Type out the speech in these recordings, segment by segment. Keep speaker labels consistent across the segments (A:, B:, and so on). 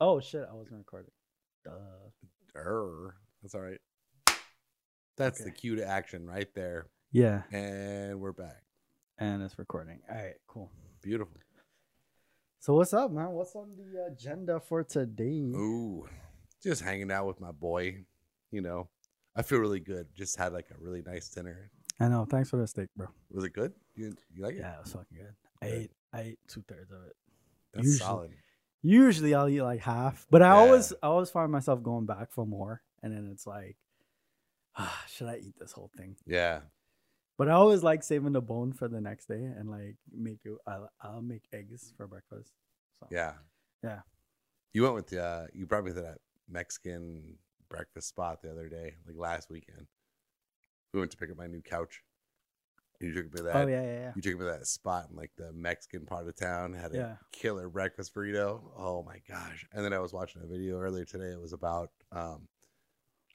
A: Oh shit, I wasn't recording. Duh.
B: Err. That's all right. That's the
A: Okay.
B: cue to action right there.
A: Yeah,
B: And we're back.
A: and it's recording. All right, cool.
B: Beautiful.
A: So what's up, man? What's on the agenda for today?
B: Ooh. Just hanging out with my boy. You know, I feel really good. Just had like a really nice dinner.
A: I know. Thanks for the steak, bro.
B: Was it good? You, you like it?
A: Yeah, it was fucking good. I
B: Good.
A: ate, I ate two thirds of it.
B: That's
A: usually-
B: solid.
A: Usually I'll eat like half, but I always,
B: Yeah.
A: I always find myself going back for more, and then it's like, ah, should I eat this whole thing?
B: Yeah.
A: But I always like saving the bone for the next day, and like make it. I'll, I'll make eggs for breakfast. So.
B: Yeah.
A: Yeah.
B: You went with, uh, you brought me to that Mexican breakfast spot the other day, like last weekend. We went to pick up my new couch. You took me to that.
A: Oh yeah, yeah, yeah.
B: You took me to that spot in like the Mexican part of town, had a
A: Yeah.
B: killer breakfast burrito. Oh my gosh. And then I was watching a video earlier today. It was about um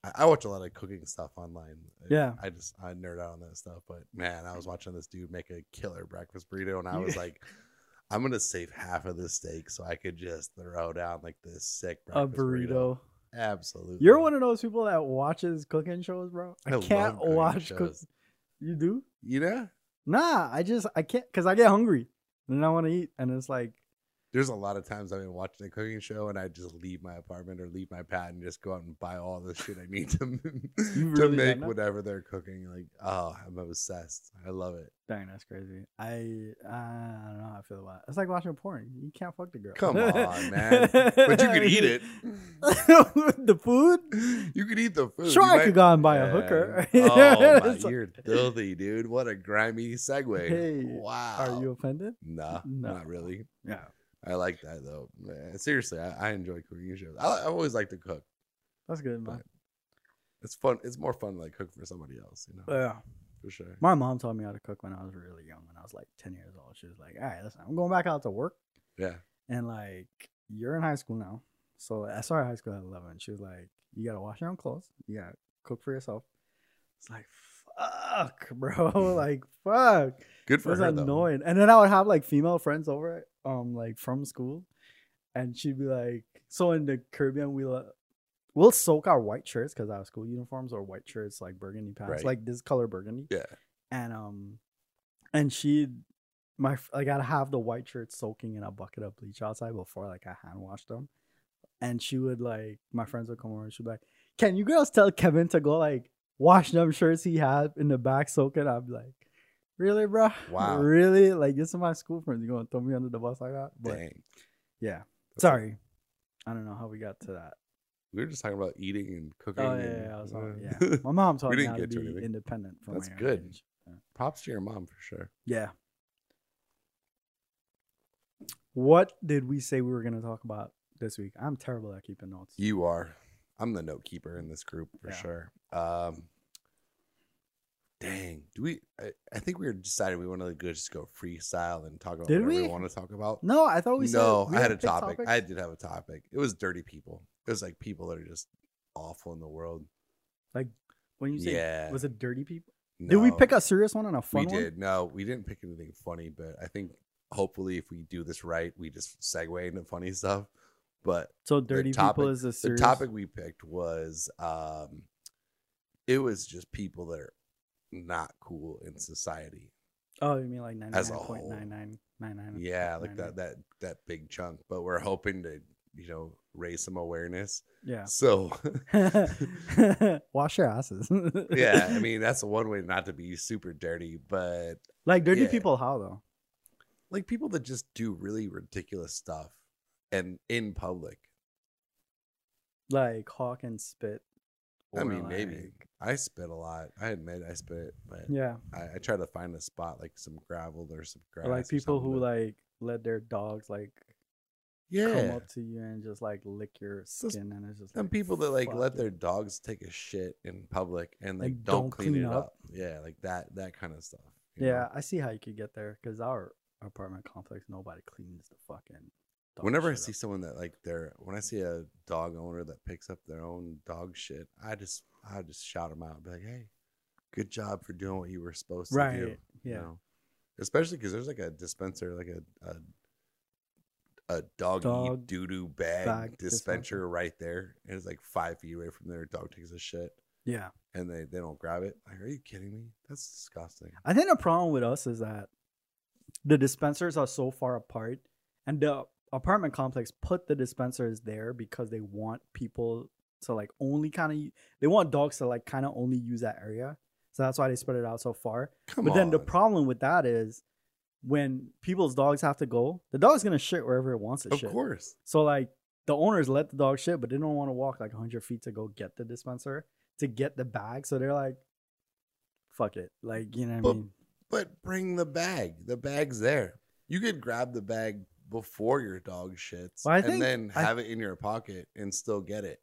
B: I, I watch a lot of cooking stuff online.
A: Yeah.
B: I just I nerd out on that stuff. But man, I was watching this dude make a killer breakfast burrito and I was
A: Yeah.
B: like, I'm gonna save half of this steak so I could just throw down like this sick
A: A
B: breakfast
A: burrito.
B: Absolutely.
A: You're one of those people that watches cooking shows, bro. I,
B: love
A: can't
B: cooking
A: watch cook.
B: shows.
A: You do?
B: You know?
A: Nah, I just I can't because I get hungry and I want to eat, and it's like
B: there's a lot of times I've been watching a cooking show and I just leave my apartment or leave my pad and just go out and buy all the shit I need to, to
A: really done
B: make
A: that?
B: whatever they're cooking. Like, oh, I'm obsessed. I love it.
A: dang, that's crazy. I I don't know how I feel about it. It's like watching porn. You can't fuck the girl.
B: Come on, man. But you could eat it.
A: the food.
B: You could eat the food.
A: Sure,
B: You
A: I
B: might-
A: could go out and buy a
B: Yeah.
A: hooker.
B: oh, my,
A: It's like,
B: you're filthy, dude. What a grimy segue.
A: Hey,
B: wow.
A: Are you offended?
B: Nah,
A: No.
B: not really.
A: Yeah,
B: I like that though. Man, seriously, I, I enjoy cooking shows. I, I always like to cook.
A: that's good, man.
B: It's fun. It's more fun to like cook for somebody else, you know,
A: Yeah.
B: for sure.
A: My mom taught me how to cook when I was really young, when I was like 10 years old. She was like, all right, listen, I'm going back out to work.
B: Yeah.
A: And like, you're in high school now. So I started high school at 11. She was like, you got to wash your own clothes. You got to cook for yourself. It's like, fuck, bro. like, fuck.
B: Good
A: It
B: for
A: was
B: her though.
A: annoying. And then I would have like female friends over, um, like from school. And she'd be like, so in the Caribbean, we lo- we'll soak our white shirts because our school uniforms are white shirts, like burgundy pants,
B: Right.
A: like this color burgundy
B: Yeah.
A: and um and she my f- like i'd have the white shirts soaking in a bucket of bleach outside before like i hand washed them and she would like my friends would come over and she'd be like can you girls tell kevin to go like wash them shirts he had in the back soaking i'd be like really bro
B: Wow.
A: really like this is my school friends you gonna throw me under the bus like that but
B: Dang.
A: yeah
B: That's a-
A: sorry I don't know how we got to that.
B: we were just talking about eating and cooking.
A: Oh yeah,
B: and-
A: yeah, yeah, I was on-
B: uh,
A: yeah. My mom taught me
B: didn't
A: how to
B: get to
A: be
B: anything.
A: independent from
B: That's
A: my
B: good.
A: age.
B: Props to your mom for sure.
A: Yeah. What did we say we were going to talk about this week? I'm terrible at keeping notes.
B: You are. I'm the note keeper in this group for
A: Yeah.
B: sure. Um, dang. Do we? I, I think we were decided we wanted to go, just go freestyle and talk about
A: Did
B: whatever we
A: we?
B: want to talk about.
A: No, I thought we said
B: no,
A: we
B: I had a
A: picked
B: topic.
A: topics.
B: I did have a topic. It was dirty people. It was like people that are just awful in the world.
A: when you say
B: yeah.
A: was it dirty people? Did we
B: No.
A: pick a serious one and a fun
B: we
A: one?
B: did. No, we didn't pick anything funny, but I think hopefully if we do this right, we just segue into funny stuff. But
A: So dirty
B: topic-
A: people is a serious
B: the topic we picked was um it was just people that are not cool in society.
A: Oh, you mean like
B: As a
A: 99.9999?
B: Yeah, like that that that big chunk. But we're hoping to, you know, raise some awareness.
A: Yeah.
B: So
A: Wash your asses.
B: yeah, I mean that's one way not to be super dirty, but
A: like dirty
B: yeah.
A: people how though?
B: like people that just do really ridiculous stuff and in public.
A: Like hawk and spit.
B: I
A: or,
B: mean, maybe
A: like-
B: I spit a lot. I admit I spit, but
A: Yeah.
B: I, I try to find a spot like some gravel or some grass.
A: Or like
B: or
A: people
B: something
A: who
B: to-
A: like let their dogs like come
B: yeah,
A: up to you and just like lick your
B: Those-
A: skin and it's just
B: some
A: like,
B: people that like let
A: fuck
B: their
A: it.
B: dogs take a shit in public and like,
A: Like,
B: don't,
A: don't
B: clean,
A: clean
B: it
A: up.
B: up. Yeah, like that that kind of stuff. you know?
A: yeah i see how you could get there because our apartment complex nobody cleans the fucking dog
B: Whenever I
A: shit
B: see someone that like their when I see a dog owner that picks up their own dog shit, I just I just shout them out and be like, "Hey, good job for doing what you were supposed
A: up. right
B: to do."
A: yeah
B: you know? especially because there's like a dispenser like a, a a doggy
A: Dog
B: doo doo bag,
A: bag
B: dispenser,
A: dispenser.
B: right there. And it's like five feet away from there. Dog takes a shit
A: Yeah.
B: and they, they don't grab it. Like, are you kidding me? That's disgusting.
A: I think the problem with us is that the dispensers are so far apart, and the apartment complex put the dispensers there because they want people to like only kind of they want dogs to like kind of only use that area. So that's why they spread it out so far.
B: Come
A: but
B: on.
A: then the problem with that is when people's dogs have to go, the dog's gonna shit wherever it wants to
B: of
A: shit.
B: course.
A: So like the owners let the dog shit, but they don't want to walk like 100 feet to go get the dispenser to get the bag. So they're like, fuck it, like you know what
B: But-
A: I mean.
B: But bring the bag. The bag's there. You could grab the bag before your dog shits
A: Well, I
B: and
A: think-
B: then
A: I-
B: have it in your pocket and still get it.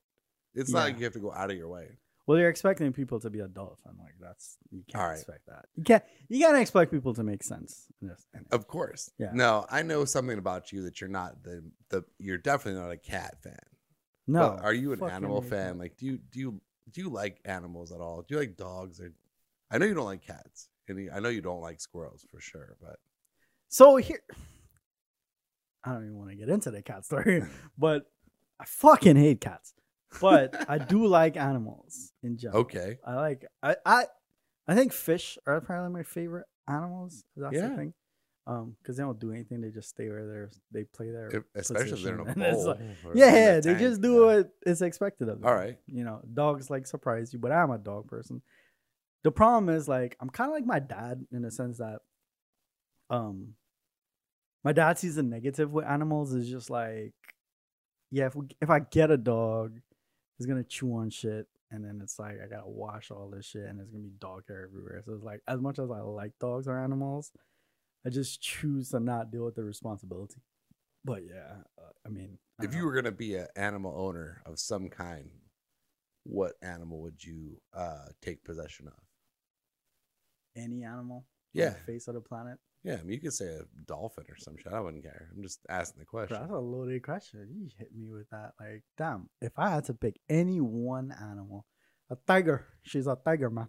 B: It's not
A: Yeah.
B: like you have to go out of your way.
A: Well, you're expecting people to be adults. I'm like, that's you can't
B: All right.
A: expect that. You can't. You gotta expect people to make sense. in this- in it.
B: Of course.
A: Yeah.
B: No, I know something about you that you're not the the you're definitely not a cat fan.
A: No,
B: But are you an
A: fucking
B: animal
A: way
B: fan?
A: not.
B: Like, do you do you do you like animals at all? Do you like dogs? Or I know you don't like cats, and you- I know you don't like squirrels for sure. But
A: So here, I don't even want to get into the cat story, but I fucking hate cats. But I do like animals in general.
B: okay,
A: I like I I I think fish are apparently my favorite animals. That's
B: Yeah.
A: the thing. Um, because they don't do anything. They just stay where they're. They play their.
B: If- especially if they're in a
A: position, and it's
B: bowl.
A: like-
B: or in
A: yeah,
B: a
A: yeah. They
B: tank,
A: just do
B: yeah.
A: what is expected of them.
B: All right.
A: you know dogs like surprise you but i'm a dog person the problem is like i'm kind of like my dad in the sense that um my dad sees the negative with animals is just like yeah if, we, if i get a dog it's gonna chew on shit and then it's like i gotta wash all this shit and there's gonna be dog hair everywhere so it's like as much as i like dogs or animals i just choose to not deal with the responsibility but yeah uh, i mean I
B: If
A: don't
B: you
A: know.
B: were gonna be an animal owner of some kind, what animal would you uh take possession of?
A: any animal on
B: Yeah,
A: the face of the planet
B: yeah. I mean, you could say a dolphin or some shit. I wouldn't care. I'm just asking the question.
A: That's a loaded question. You hit me with that. Like, damn, if I had to pick any one animal, a tiger. She's a tiger, man.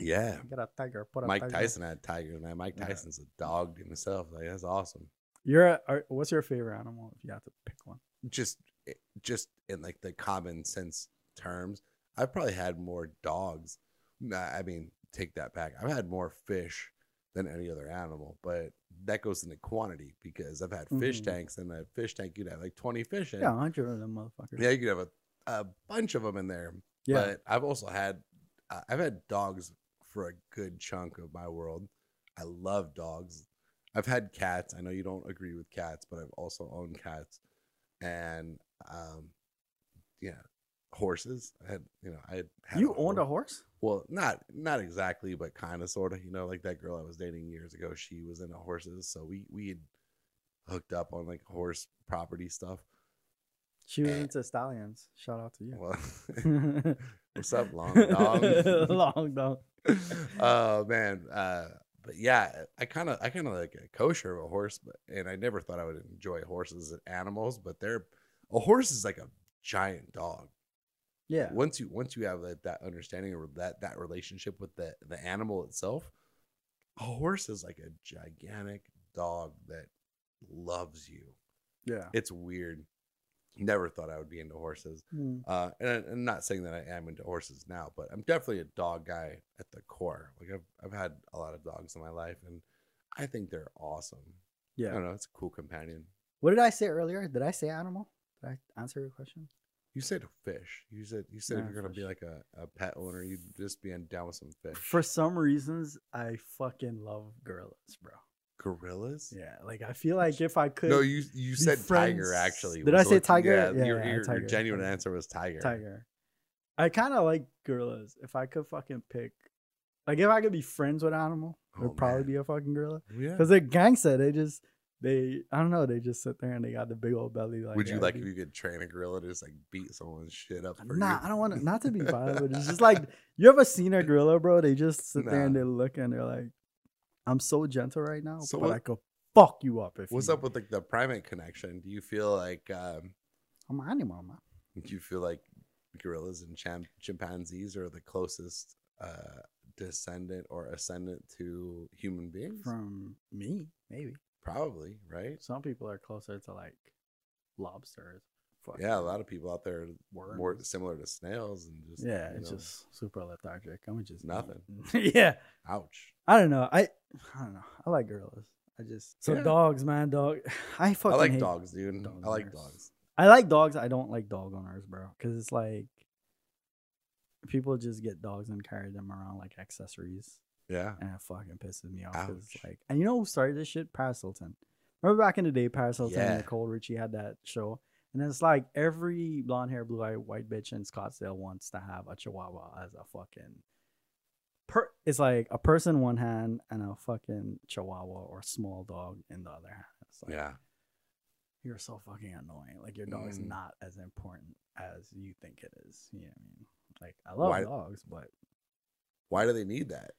B: Yeah.
A: Get a tiger. Put a
B: Mike
A: tiger.
B: Tyson had tigers, man. Mike
A: Yeah.
B: Tyson's a dog himself. Like that's awesome.
A: You're. A, are, what's your favorite animal? If you had to pick one,
B: Just, eh, just in like the common sense terms, I've probably had more dogs. Nah, I mean, take that back. I've had more fish than any other animal, but that goes into quantity because I've had fish
A: Mhm.
B: tanks, and a fish tank you'd have like twenty fish in.
A: yeah, a hundred of them motherfuckers.
B: yeah you could have a, a bunch of them in there.
A: yeah.
B: But I've also had uh, I've had dogs for a good chunk of my world. I love dogs. I've had cats. I know you don't agree with cats, but I've also owned cats and um yeah, horses. I had, you know, I had had
A: you owned a horse?
B: horse. Well, not not exactly, but kind of sort of, you know, like that girl I was dating years ago, she was into horses, so we we had hooked up on like horse property stuff.
A: She was
B: Eh.
A: into stallions. Shout out to you.
B: Well, what's up, long dog?
A: Long dog.
B: oh man uh but yeah i kind of i kind of like a kosher of a horse but and i never thought i would enjoy horses and animals but they're a horse is like a giant dog
A: Yeah.
B: once you once you have that, that understanding or that that relationship with the the animal itself a horse is like a gigantic dog that loves you
A: Yeah.
B: it's weird never thought i would be into horses
A: Mm.
B: uh, and I- I'm not saying that I am into horses now, but I'm definitely a dog guy at the core. Like I've I've had a lot of dogs in my life, and I think they're awesome. I
A: Yeah.
B: don't know, it's a cool companion.
A: What did I say earlier? Did I say animal? Did I answer your question?
B: You said fish. You said you said if
A: Yeah,
B: you're gonna be
A: fish.
B: like a, a pet owner, you'd just be on down with some fish.
A: For some reasons, I fucking love gorillas, bro.
B: Gorillas?
A: Yeah, like I feel like if I could,
B: No, you you said tiger
A: friends-
B: actually.
A: Did
B: was
A: I say
B: what-
A: tiger?
B: Yeah,
A: Yeah,
B: your,
A: yeah,
B: your, your
A: tiger,
B: genuine
A: tiger.
B: answer was tiger.
A: tiger. I kind of like gorillas. If I could fucking pick, like if I could be friends with an animal, it
B: Oh,
A: would probably
B: man.
A: be a fucking gorilla.
B: Yeah.
A: Because they're gangsta. They just they I don't know. They just sit there and they got the big old belly. Like
B: Would you
A: yeah,
B: like
A: dude.
B: if you could train a gorilla to just like beat someone's shit up for
A: Nah,
B: you?
A: I don't want to. Not to be violent, but it's just like you ever seen a gorilla, bro? They just sit there and
B: Nah.
A: they look and they're like, "I'm so gentle right now,
B: So
A: but
B: what-
A: I could fuck you up if
B: What's
A: you,
B: up with like the primate connection? Do you feel like um
A: I'm an animal, man.
B: do you feel like gorillas and cham- chimpanzees are the closest uh descendant or ascendant to human beings?
A: From me, maybe.
B: Probably, right?
A: Some people are closer to like lobsters. Fuck
B: Yeah, a lot of people out there are
A: worms.
B: more similar to snails and just
A: yeah,
B: you
A: it's
B: know,
A: just super lethargic. I'm just
B: Nothing.
A: yeah,
B: ouch.
A: I don't know. I I don't know. I like gorillas. I just so
B: Yeah.
A: dogs, man, dog. I
B: I
A: fucking
B: like
A: hate-
B: dogs, dude.
A: dog
B: I like
A: owners.
B: dogs.
A: I like dogs. I don't like dog owners, bro, because it's like people just get dogs and carry them around like accessories,
B: Yeah.
A: and it fucking pisses me off. 'cause it's
B: Ouch.
A: like, and you know who started this shit? Paris Hilton. Remember back in the day, Paris Hilton
B: Yeah.
A: and Nicole Richie had that show, and it's like every blonde hair, blue eyed white bitch in Scottsdale wants to have a Chihuahua as a fucking. Per- it's like a person one hand and a fucking chihuahua or small dog in the other hand. It's like,
B: Yeah.
A: you're so fucking annoying. Like your dog's
B: Mm.
A: not as important as you think it is. You know what I mean? Like I love
B: Why-
A: dogs, but
B: Why do they need that?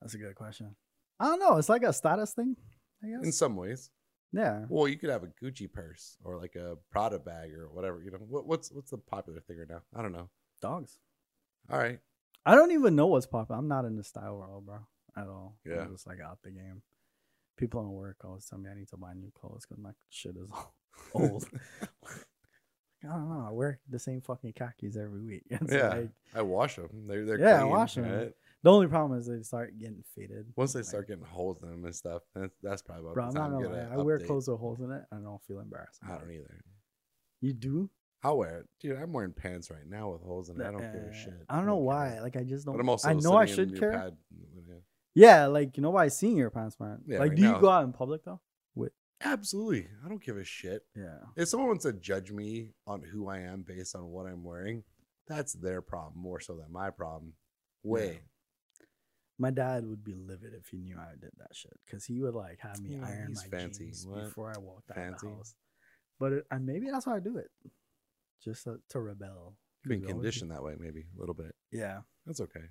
A: that's a good question. I don't know. It's like a status thing, I guess.
B: In some ways.
A: yeah.
B: Well, you could have a Gucci purse or like a Prada bag or whatever. You know what, what's what's the popular thing right now? I don't know.
A: Dogs.
B: All right.
A: I don't even know what's popping. I'm not in the style world, bro, at all.
B: Yeah.
A: I'm just like out the game. People in work always tell me I need to buy new clothes because my shit is all old. I don't know. I wear the same fucking khakis every week. It's
B: Yeah.
A: like,
B: I wash them. They're they're
A: Yeah, I
B: clean,
A: wash 'em.
B: right?
A: the only problem is they start getting faded.
B: Once they
A: Like,
B: start getting holes in them and stuff, that's, that's probably about
A: Bro,
B: the
A: I'm not
B: time
A: gonna
B: you get
A: lie.
B: a
A: I wear
B: update.
A: clothes with holes in it, and I don't feel embarrassed.
B: I
A: about
B: don't
A: it.
B: either.
A: You do?
B: I'll wear it, dude. I'm wearing pants right now with holes in it. I don't give
A: Uh,
B: a shit.
A: I don't know
B: care.
A: why. Like I just don't.
B: But I'm also.
A: I know I
B: sitting in
A: should
B: your
A: care.
B: pad. Yeah.
A: Yeah, like you know why I seen your pants, man.
B: Yeah,
A: like,
B: right
A: do you
B: now.
A: go out in public though?
B: Absolutely. I don't give a shit.
A: Yeah.
B: If someone wants to judge me on who I am based on what I'm wearing, that's their problem more so than my problem. Way.
A: Yeah. My dad would be livid if he knew I did that shit, cause he would like have me
B: Yeah,
A: iron
B: he's
A: my
B: fancy.
A: jeans
B: What?
A: before I walked out
B: Fancy.
A: of the house. But it, and maybe that's why I do it, just to, to rebel.
B: You've been
A: 'Cause we always-
B: conditioned that way, maybe a little bit.
A: Yeah.
B: That's okay.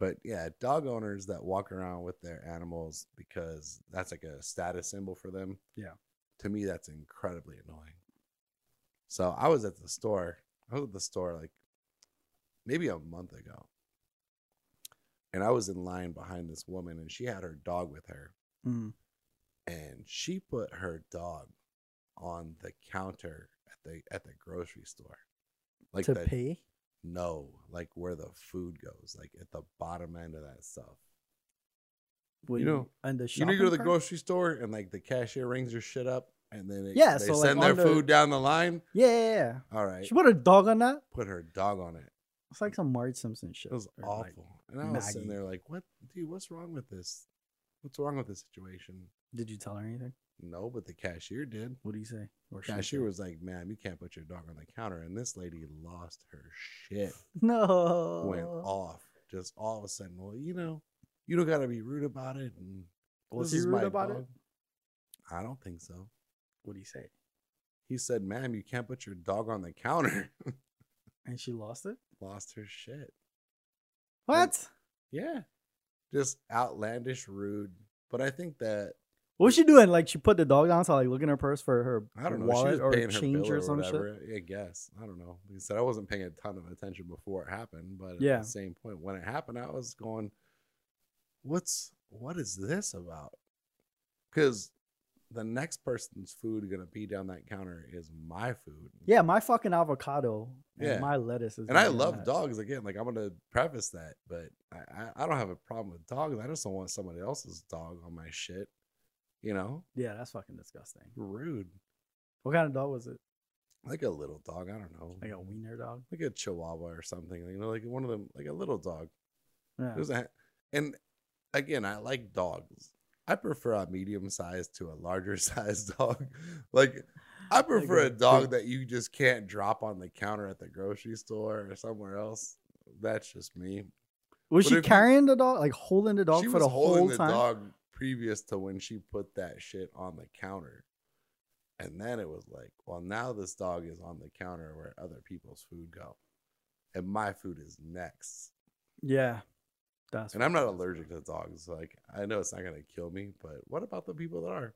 B: But yeah, dog owners that walk around with their animals because that's like a status symbol for them.
A: Yeah.
B: To me, that's incredibly annoying. So I was at the store. I was at the store like maybe a month ago. And I was in line behind this woman and she had her dog with her.
A: Mm.
B: And she put her dog on the counter at the at the grocery store. Like
A: to
B: the
A: pay.
B: no, like where the food goes, like at the bottom end of that stuff.
A: Would
B: know,
A: and the
B: You know, you go to the
A: shopping cart?
B: grocery store and like the cashier rings your shit up, and then it,
A: Yeah,
B: they
A: so, like,
B: send
A: on
B: their
A: the-
B: food down the line.
A: Yeah, yeah, yeah.
B: All right,
A: She put a dog on that.
B: put her dog on it.
A: It's like some Marge Simpson shit.
B: It was
A: or, like,
B: awful, and I was sitting
A: Maggie.
B: there like, "What, dude? What's wrong with this? What's wrong with this situation?"
A: Did you tell her anything?
B: No, but the cashier did.
A: What do you say? Or she
B: Cashier
A: said?
B: was like, "Ma'am, you can't put your dog on the counter," and this lady lost her shit.
A: no.
B: Went off just all of a sudden. Well, you know, you don't got to be rude about it, and
A: Was
B: This
A: he
B: is
A: rude
B: my
A: about it?
B: dog. I don't think so.
A: What do you say?
B: He said, "Ma'am, you can't put your dog on the counter."
A: And she lost it.
B: Lost her shit.
A: What?
B: Yeah, just outlandish, rude. But I think that
A: what was she doing? Like she put the dog down, so like look in her purse for her
B: I don't know.
A: wallet
B: she was
A: or
B: paying her
A: change
B: bill
A: or
B: or
A: some shit.
B: whatever. I guess I don't know. Like I said, I wasn't paying a ton of attention before it happened, but
A: Yeah.
B: at the same point when it happened, I was going, "What's what is this about?" Because the next person's food gonna be down that counter is my food.
A: Yeah, my fucking avocado and
B: Yeah.
A: my lettuce is.
B: and I
A: gonna be on
B: love
A: that.
B: dogs again. Like I'm gonna preface that, but I, I, I don't have a problem with dogs. I just don't want somebody else's dog on my shit. You know,
A: Yeah, that's fucking disgusting.
B: rude.
A: What kind of dog was it?
B: Like a little dog. I don't know.
A: Like a wiener dog.
B: Like a Chihuahua or something. You know, like one of them, like a little dog.
A: Yeah.
B: There's a, and again, I like dogs. I prefer a medium size to a larger size dog. like I prefer a
A: the-
B: dog that you just can't drop on the counter at the grocery store or somewhere else. That's just me.
A: was she
B: but if you-
A: carrying the dog, like holding the dog
B: she
A: for
B: was
A: the
B: holding
A: whole
B: the
A: time?
B: dog previous to when she put that shit on the counter. And then it was like, well, now this dog is on the counter where other people's food go. And my food is next.
A: Yeah, that's.
B: And I'm not
A: fucking
B: allergic to dogs. Like, I know it's not going to kill me, but what about the people that are?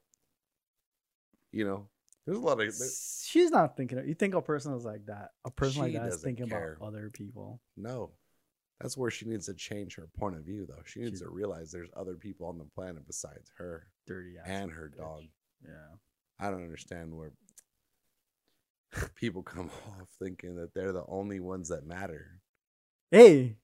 B: You know, there's a lot of. there-
A: She's not thinking. Of, you think a person is like that? A person like
B: She
A: that is
B: doesn't
A: thinking
B: care.
A: about other people.
B: no. That's where she needs to change her point of view, though. She needs
A: She-
B: to realize there's other people on the planet besides her
A: Dirty ass.
B: and her
A: bitch.
B: dog.
A: Yeah.
B: I don't understand where people come off thinking that they're the only ones that matter.
A: Hey,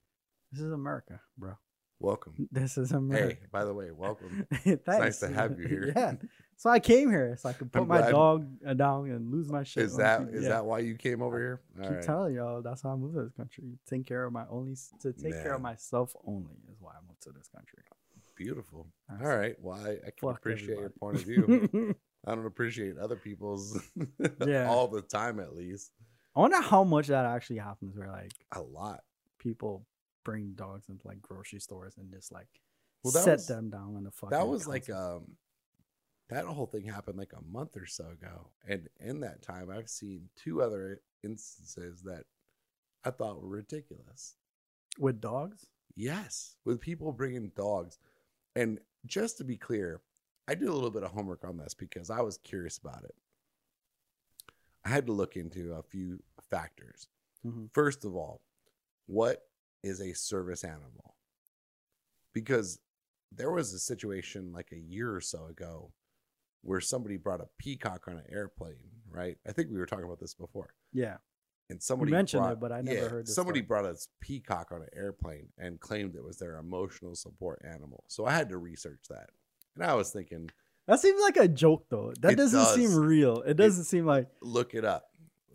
A: this is America, bro.
B: Welcome.
A: This is America.
B: Hey, by the way, welcome.
A: Thanks.
B: nice to have you here.
A: Yeah. So I came here so I could put
B: I'm
A: my
B: glad-
A: dog uh, down and lose my shit.
B: Is
A: when I
B: that
A: keep-
B: is
A: yeah.
B: that why you came over here? All
A: keep
B: right.
A: telling y'all that's how I moved to this country. Take care of my only to take care of
B: Man.
A: myself only is why I moved to this country.
B: Beautiful.
A: That's-
B: All right. Well, I, I can
A: Fuck
B: appreciate your
A: everybody.
B: point of view. I don't appreciate other people's
A: Yeah.
B: all the time, at least.
A: I wonder how much that actually happens where like
B: A lot.
A: people bring dogs into like grocery stores and just like
B: Well, that
A: set
B: was-
A: them down on the fucking
B: that was like
A: console.
B: um that whole thing happened like a month or so ago and in that time i've seen two other instances that i thought were ridiculous
A: with dogs.
B: yes with people bringing dogs and just to be clear i did a little bit of homework on this because i was curious about it i had to look into a few factors
A: Mhm.
B: first of all what is a service animal because there was a situation like a year or so ago where somebody brought a peacock on an airplane, right? I think we were talking about this before.
A: Yeah.
B: And somebody
A: mentioned
B: brought,
A: it, but I never heard this
B: Somebody
A: story.
B: brought a peacock on an airplane and claimed it was their emotional support animal. So I had to research that. And I was thinking,
A: That seems like a joke though. That
B: It
A: doesn't seem
B: does.
A: real. It doesn't seem like
B: look it up.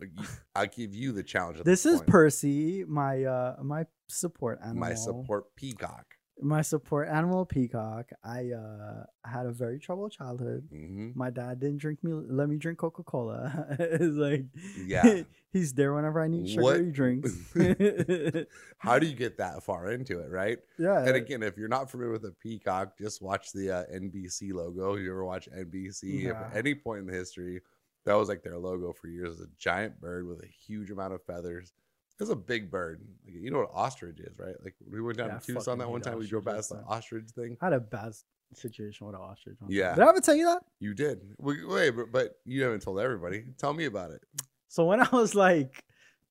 B: Like, you- I'll give you the challenge. at
A: this is
B: point.
A: Percy, my uh my support animal.
B: my support peacock.
A: my support animal peacock. I uh had a very troubled childhood.
B: hmm
A: My dad didn't drink me let me drink Coca Cola. it's like
B: Yeah.
A: he's there whenever I need
B: What-
A: sugary drinks.
B: How do you get that far into it, right?
A: yeah.
B: And again, if you're not familiar with a peacock, just watch the uh, NBC logo. You ever watch NBC? If
A: Nah.
B: at any point in the history, that was like their logo for years. It's a giant bird with a huge amount of feathers. It's a big bird. Like, you know what ostrich is, right? Like we went down
A: Yeah, I
B: to Tucson
A: fucking
B: that one
A: hate
B: time. We drove
A: ostriches,
B: past the
A: son.
B: ostrich thing.
A: I had a bad s- situation with an ostrich. one time.
B: Yeah.
A: Did I ever tell you that?
B: You did. We, wait, but, but you haven't told everybody. Tell me about it.
A: So when I was like,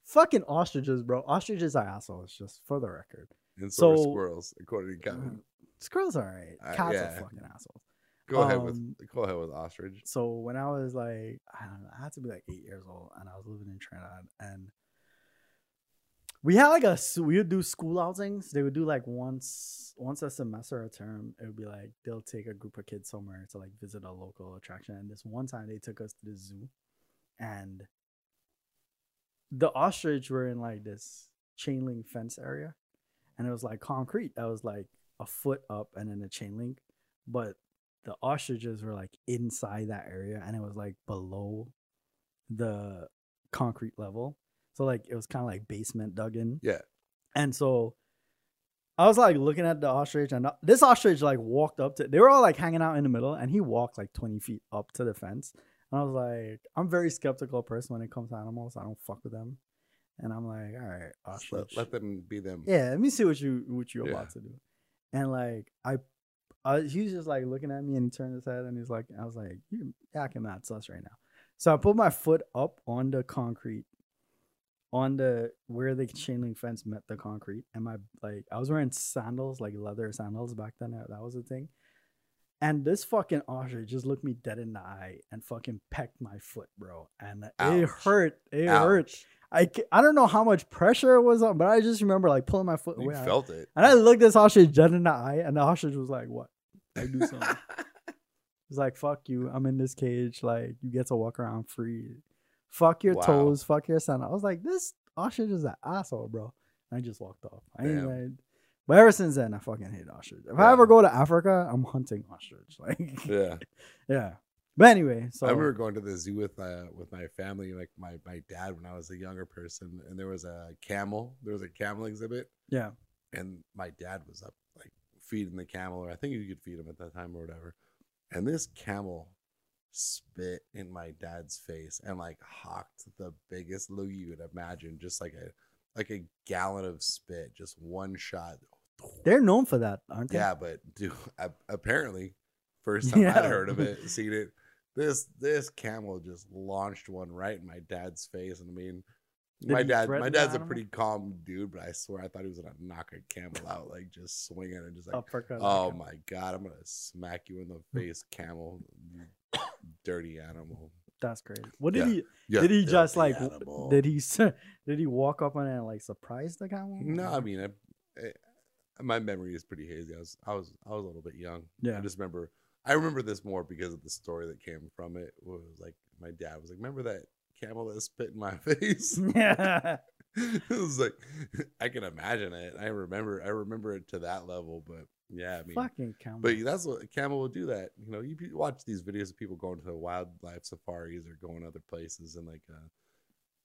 A: fucking ostriches, bro. Ostriches are assholes, just for the record.
B: And so, are
A: So- Mm-hmm.
B: squirrels, according to Kevin.
A: Squirrels are alright.
B: Uh,
A: Cats
B: yeah.
A: are fucking assholes.
B: Go ahead
A: um,
B: with go ahead with ostrich.
A: So when I was like, I don't know, I had to be like eight years old, and I was living in Trinidad, and we had like a s- we would do school outings. They would do like once once a semester or term. It would be like they'll take a group of kids somewhere to like visit a local attraction. And this one time they took us to the zoo, and the ostrich were in like this chain link fence area, and it was like concrete that was like a foot up and then a chain link, but the ostriches were like inside that area and it was like below the concrete level. So like it was kind of like basement dug in.
B: Yeah.
A: And so I was like looking at the ostrich and uh, this ostrich like walked up to they were all like hanging out in the middle and he walked like 20 feet up to the fence. And I was like, I'm very skeptical person when it comes to animals. I don't fuck with them. And I'm like, all right,
B: Just
A: ostrich.
B: Let, let them be them.
A: Yeah, let me see what you what you're
B: Yeah.
A: about to do. And like I, I he was just like looking at me and he turned his head and he's like, I was like, you're acting mad sus right now. So I put my foot up on the concrete, on the where the chain link fence met the concrete, and my like I was wearing sandals, like leather sandals back then. That that was a thing. And this fucking ostrich just looked me dead in the eye and fucking pecked my foot, bro. And it
B: Ouch.
A: hurt. It hurt.
B: Ouch.
A: I, ca- I don't know how much pressure it was on, but I just remember like pulling my foot
B: You
A: away.
B: felt it.
A: and I looked this ostrich dead in the eye, and the ostrich was like, "What? I do something." It's like, "Fuck you! I'm in this cage. Like, you get to walk around free. Fuck your
B: Wow.
A: toes. Fuck your son." I was like, "This ostrich is an asshole, bro." And I just walked off. I ain't
B: Damn.
A: like, but ever since then, I fucking hate ostrich. If I
B: Yeah.
A: ever go to Africa, I'm hunting ostrich. Like, yeah.
B: yeah.
A: But anyway, so
B: I remember going to the zoo with uh, with my family, like my my dad when I was a younger person, and there was a camel. There was a camel exhibit,
A: yeah,
B: and my dad was up like feeding the camel, or I think you could feed him at that time or whatever. And this camel spit in my dad's face and like hawked the biggest loogie you would imagine, just like a like a gallon of spit, just one shot.
A: they're known for that, aren't they?
B: Yeah, but dude, a- apparently, first time I'd
A: Yeah.
B: heard of it, seen it, this this camel just launched one right in my dad's face, and I mean,
A: Did
B: my
A: he
B: dad,
A: threaten
B: my
A: the
B: dad's a
A: animal?
B: pretty calm dude, but I swear I thought he was gonna knock a camel out, like
A: Oh,
B: just swinging and just like,
A: Uppercut. Hmm.
B: oh my god, I'm gonna smack you in the face, camel, you dirty animal.
A: That's great. What did
B: Yeah.
A: he?
B: Yeah,
A: did he just like? w-
B: animal.
A: Did he? s- Did he walk up on it and like surprise the guy? one?
B: No,
A: Or-
B: I mean, I, I, my memory is pretty hazy. I was, I was, I was a little bit young.
A: Yeah.
B: I just remember. I remember this more because of the story that came from it. Was like my dad was like, "Remember that camel that spit in my face?"
A: yeah.
B: it was like, I can imagine it. I remember, I remember it to that level. But yeah, I mean,
A: Fucking camel.
B: but that's what a camel will do. That you know, you pe- watch these videos of people going to wildlife safaris or going other places, and like, uh,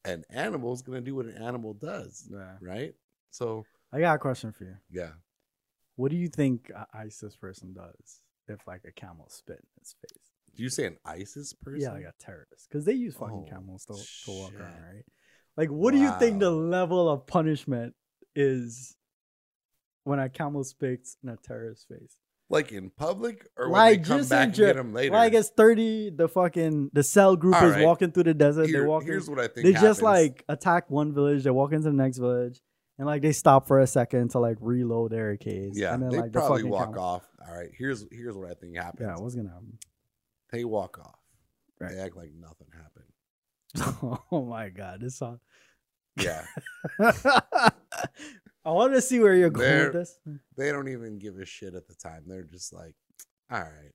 B: an animal's gonna do what an animal does,
A: yeah.
B: right? So
A: I got a question for you.
B: yeah.
A: What do you think a ISIS person does if like a camel spit in his face?
B: Do you say an ISIS person?
A: Yeah, like a terrorist, because they use fucking
B: Oh,
A: camels to, to walk around,
B: shit.
A: right? Like, what do you think the
B: Wow.
A: level of punishment is when a camel spits in a terrorist face?
B: Like in public, or
A: Like,
B: when they come
A: just
B: back
A: in
B: and
A: gen-
B: get them later.
A: Well, I guess thirty. The fucking the cell group
B: All
A: is
B: right.
A: walking through the desert.
B: Here-
A: they walk. in-
B: here's what I think.
A: they just
B: happens.
A: like attack one village. They walk into the next village, and like they stop for a second to like reload their AKs.
B: yeah,
A: and then
B: they
A: like the
B: probably
A: fucking
B: walk
A: camel-
B: off. All right, here's here's what I think happens.
A: Yeah, what's gonna happen?
B: they walk off.
A: Right.
B: They act like nothing happened.
A: oh my god, this song.
B: Yeah,
A: I want to see where you're going
B: There-
A: with this.
B: they don't even give a shit at the time. They're just like, all right,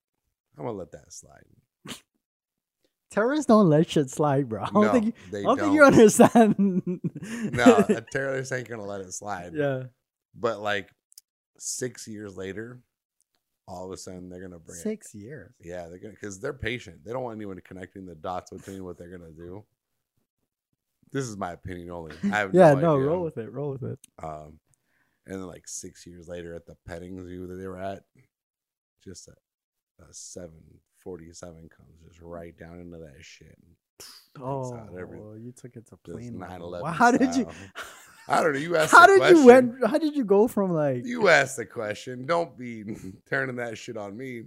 B: I'm gonna let that slide.
A: Terrorists don't let shit slide, bro. I don't
B: no,
A: think you,
B: they
A: I don't,
B: don't.
A: think you understand.
B: no, a terrorist ain't gonna let it slide.
A: yeah.
B: But like six years later, all of a sudden they're gonna bring it
A: Six years.
B: Yeah, they're gonna because they're patient. They don't want anyone connecting the dots between what they're gonna do. This is my opinion only. I have
A: Yeah,
B: no,
A: no,
B: idea.
A: roll with it. Roll with it.
B: Um, and then like six years later at the petting zoo that they were at, just a, a seven forty seven comes just right down into that shit.
A: Oh,
B: out everything.
A: you took it to
B: Just
A: plain.
B: nine
A: level.
B: eleven.
A: Wow, how did you?
B: I don't know. You asked.
A: How
B: the
A: did
B: question.
A: you went? How did you go from like?
B: You asked the question. Don't be turning that shit on me.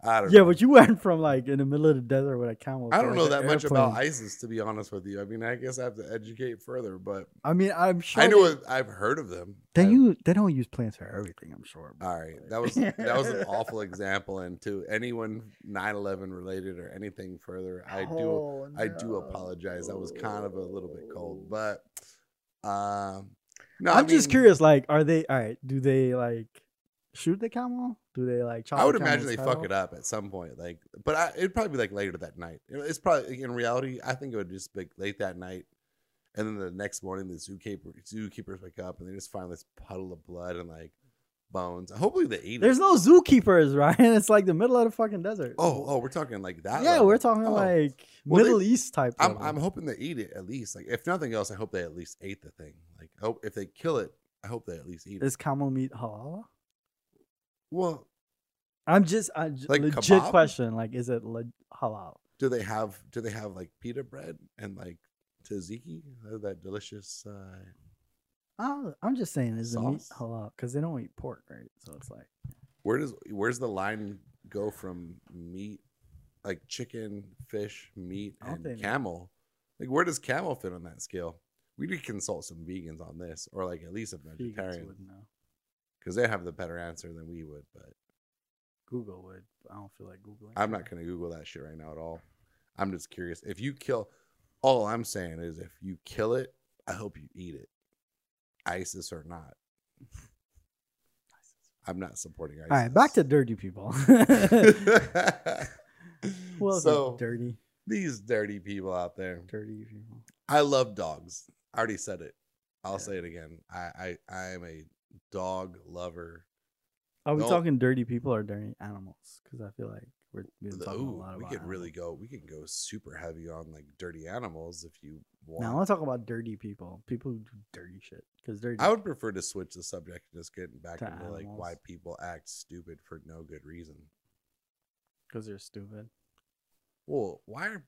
B: I don't.
A: yeah,
B: know.
A: but you went from like in the middle of the desert with a camel.
B: I
A: to,
B: don't
A: like,
B: know
A: an
B: that much
A: airplane.
B: about ISIS, to be honest with you. I mean, I guess I have to educate further, but
A: I mean, I'm sure.
B: I know
A: They,
B: it- I've heard of them.
A: they,
B: I've-
A: you, they don't use plants for everything. I'm sure. bro.
B: all right, that was that was an awful example, and to anyone 9/11 related or anything further, I do
A: Oh,
B: I do
A: no.
B: apologize. That was kind of a little bit cold, but um, no,
A: I'm
B: I
A: just
B: mean,
A: curious. Like, are they all right? Do they like shoot the camel? Do they like? Chop
B: I would
A: the
B: imagine they
A: camel's
B: fuck
A: head
B: it
A: off?
B: up at some point, like, but I, it'd probably be like later that night. It- It's probably in reality, I think it would just be like late that night, and then the next morning the zookeeper zookeepers wake up and they just find this puddle of blood and like bones. Hopefully they eat
A: There's
B: it.
A: no zookeepers, Ryan. It's like the middle of the fucking desert.
B: Oh, oh, we're talking like that.
A: yeah,
B: level.
A: we're talking
B: Oh.
A: like
B: Well, they-
A: Middle East type.
B: I'm
A: level.
B: I'm hoping they eat it at least. Like if nothing else, I hope they at least ate the thing. Like I hope if they kill it, I hope they at least eat it.
A: Is camel meat halal?
B: Well,
A: I'm just, I j-
B: Like
A: legit
B: kebab?
A: question. Like, is it le- halal?
B: do they have do they have like pita bread and like tzatziki? Uh, That delicious. Uh,
A: Oh, I'm just saying, is the meat
B: Sauce?
A: halal? Because they don't eat pork, right? So it's like,
B: Where does where's the line go from meat, like chicken, fish, meat,
A: I don't
B: and
A: think-
B: camel? Like where does camel fit on that scale? We need to consult some vegans on this, or like at least a
A: vegans
B: vegetarian,
A: would know.
B: because they have the better answer than we would. But
A: Google would. but I don't feel like googling.
B: I'm not gonna Google that shit right now at all. I'm just curious. If you kill, all I'm saying is if you kill it, I hope you eat it, ISIS or not. I'm not supporting ISIS.
A: All right, back to dirty people. well,
B: so
A: dirty,
B: these dirty people out there.
A: dirty people.
B: I love dogs. I already said it. I'll
A: Yeah.
B: say it again. I, I I am a dog lover.
A: Are we
B: Don't-
A: talking dirty people or dirty animals? Because I feel like we're we've been talking a
B: Ooh,
A: lot
B: we
A: about.
B: could really
A: animals.
B: go. We can go super heavy on like dirty animals if you
A: Now I
B: want.
A: want to talk about dirty people, people who do dirty shit. Because dirty.
B: I would prefer to switch the subject and just get back
A: To
B: into like why
A: animals.
B: people act stupid for no good reason.
A: Because they're stupid.
B: Well, why are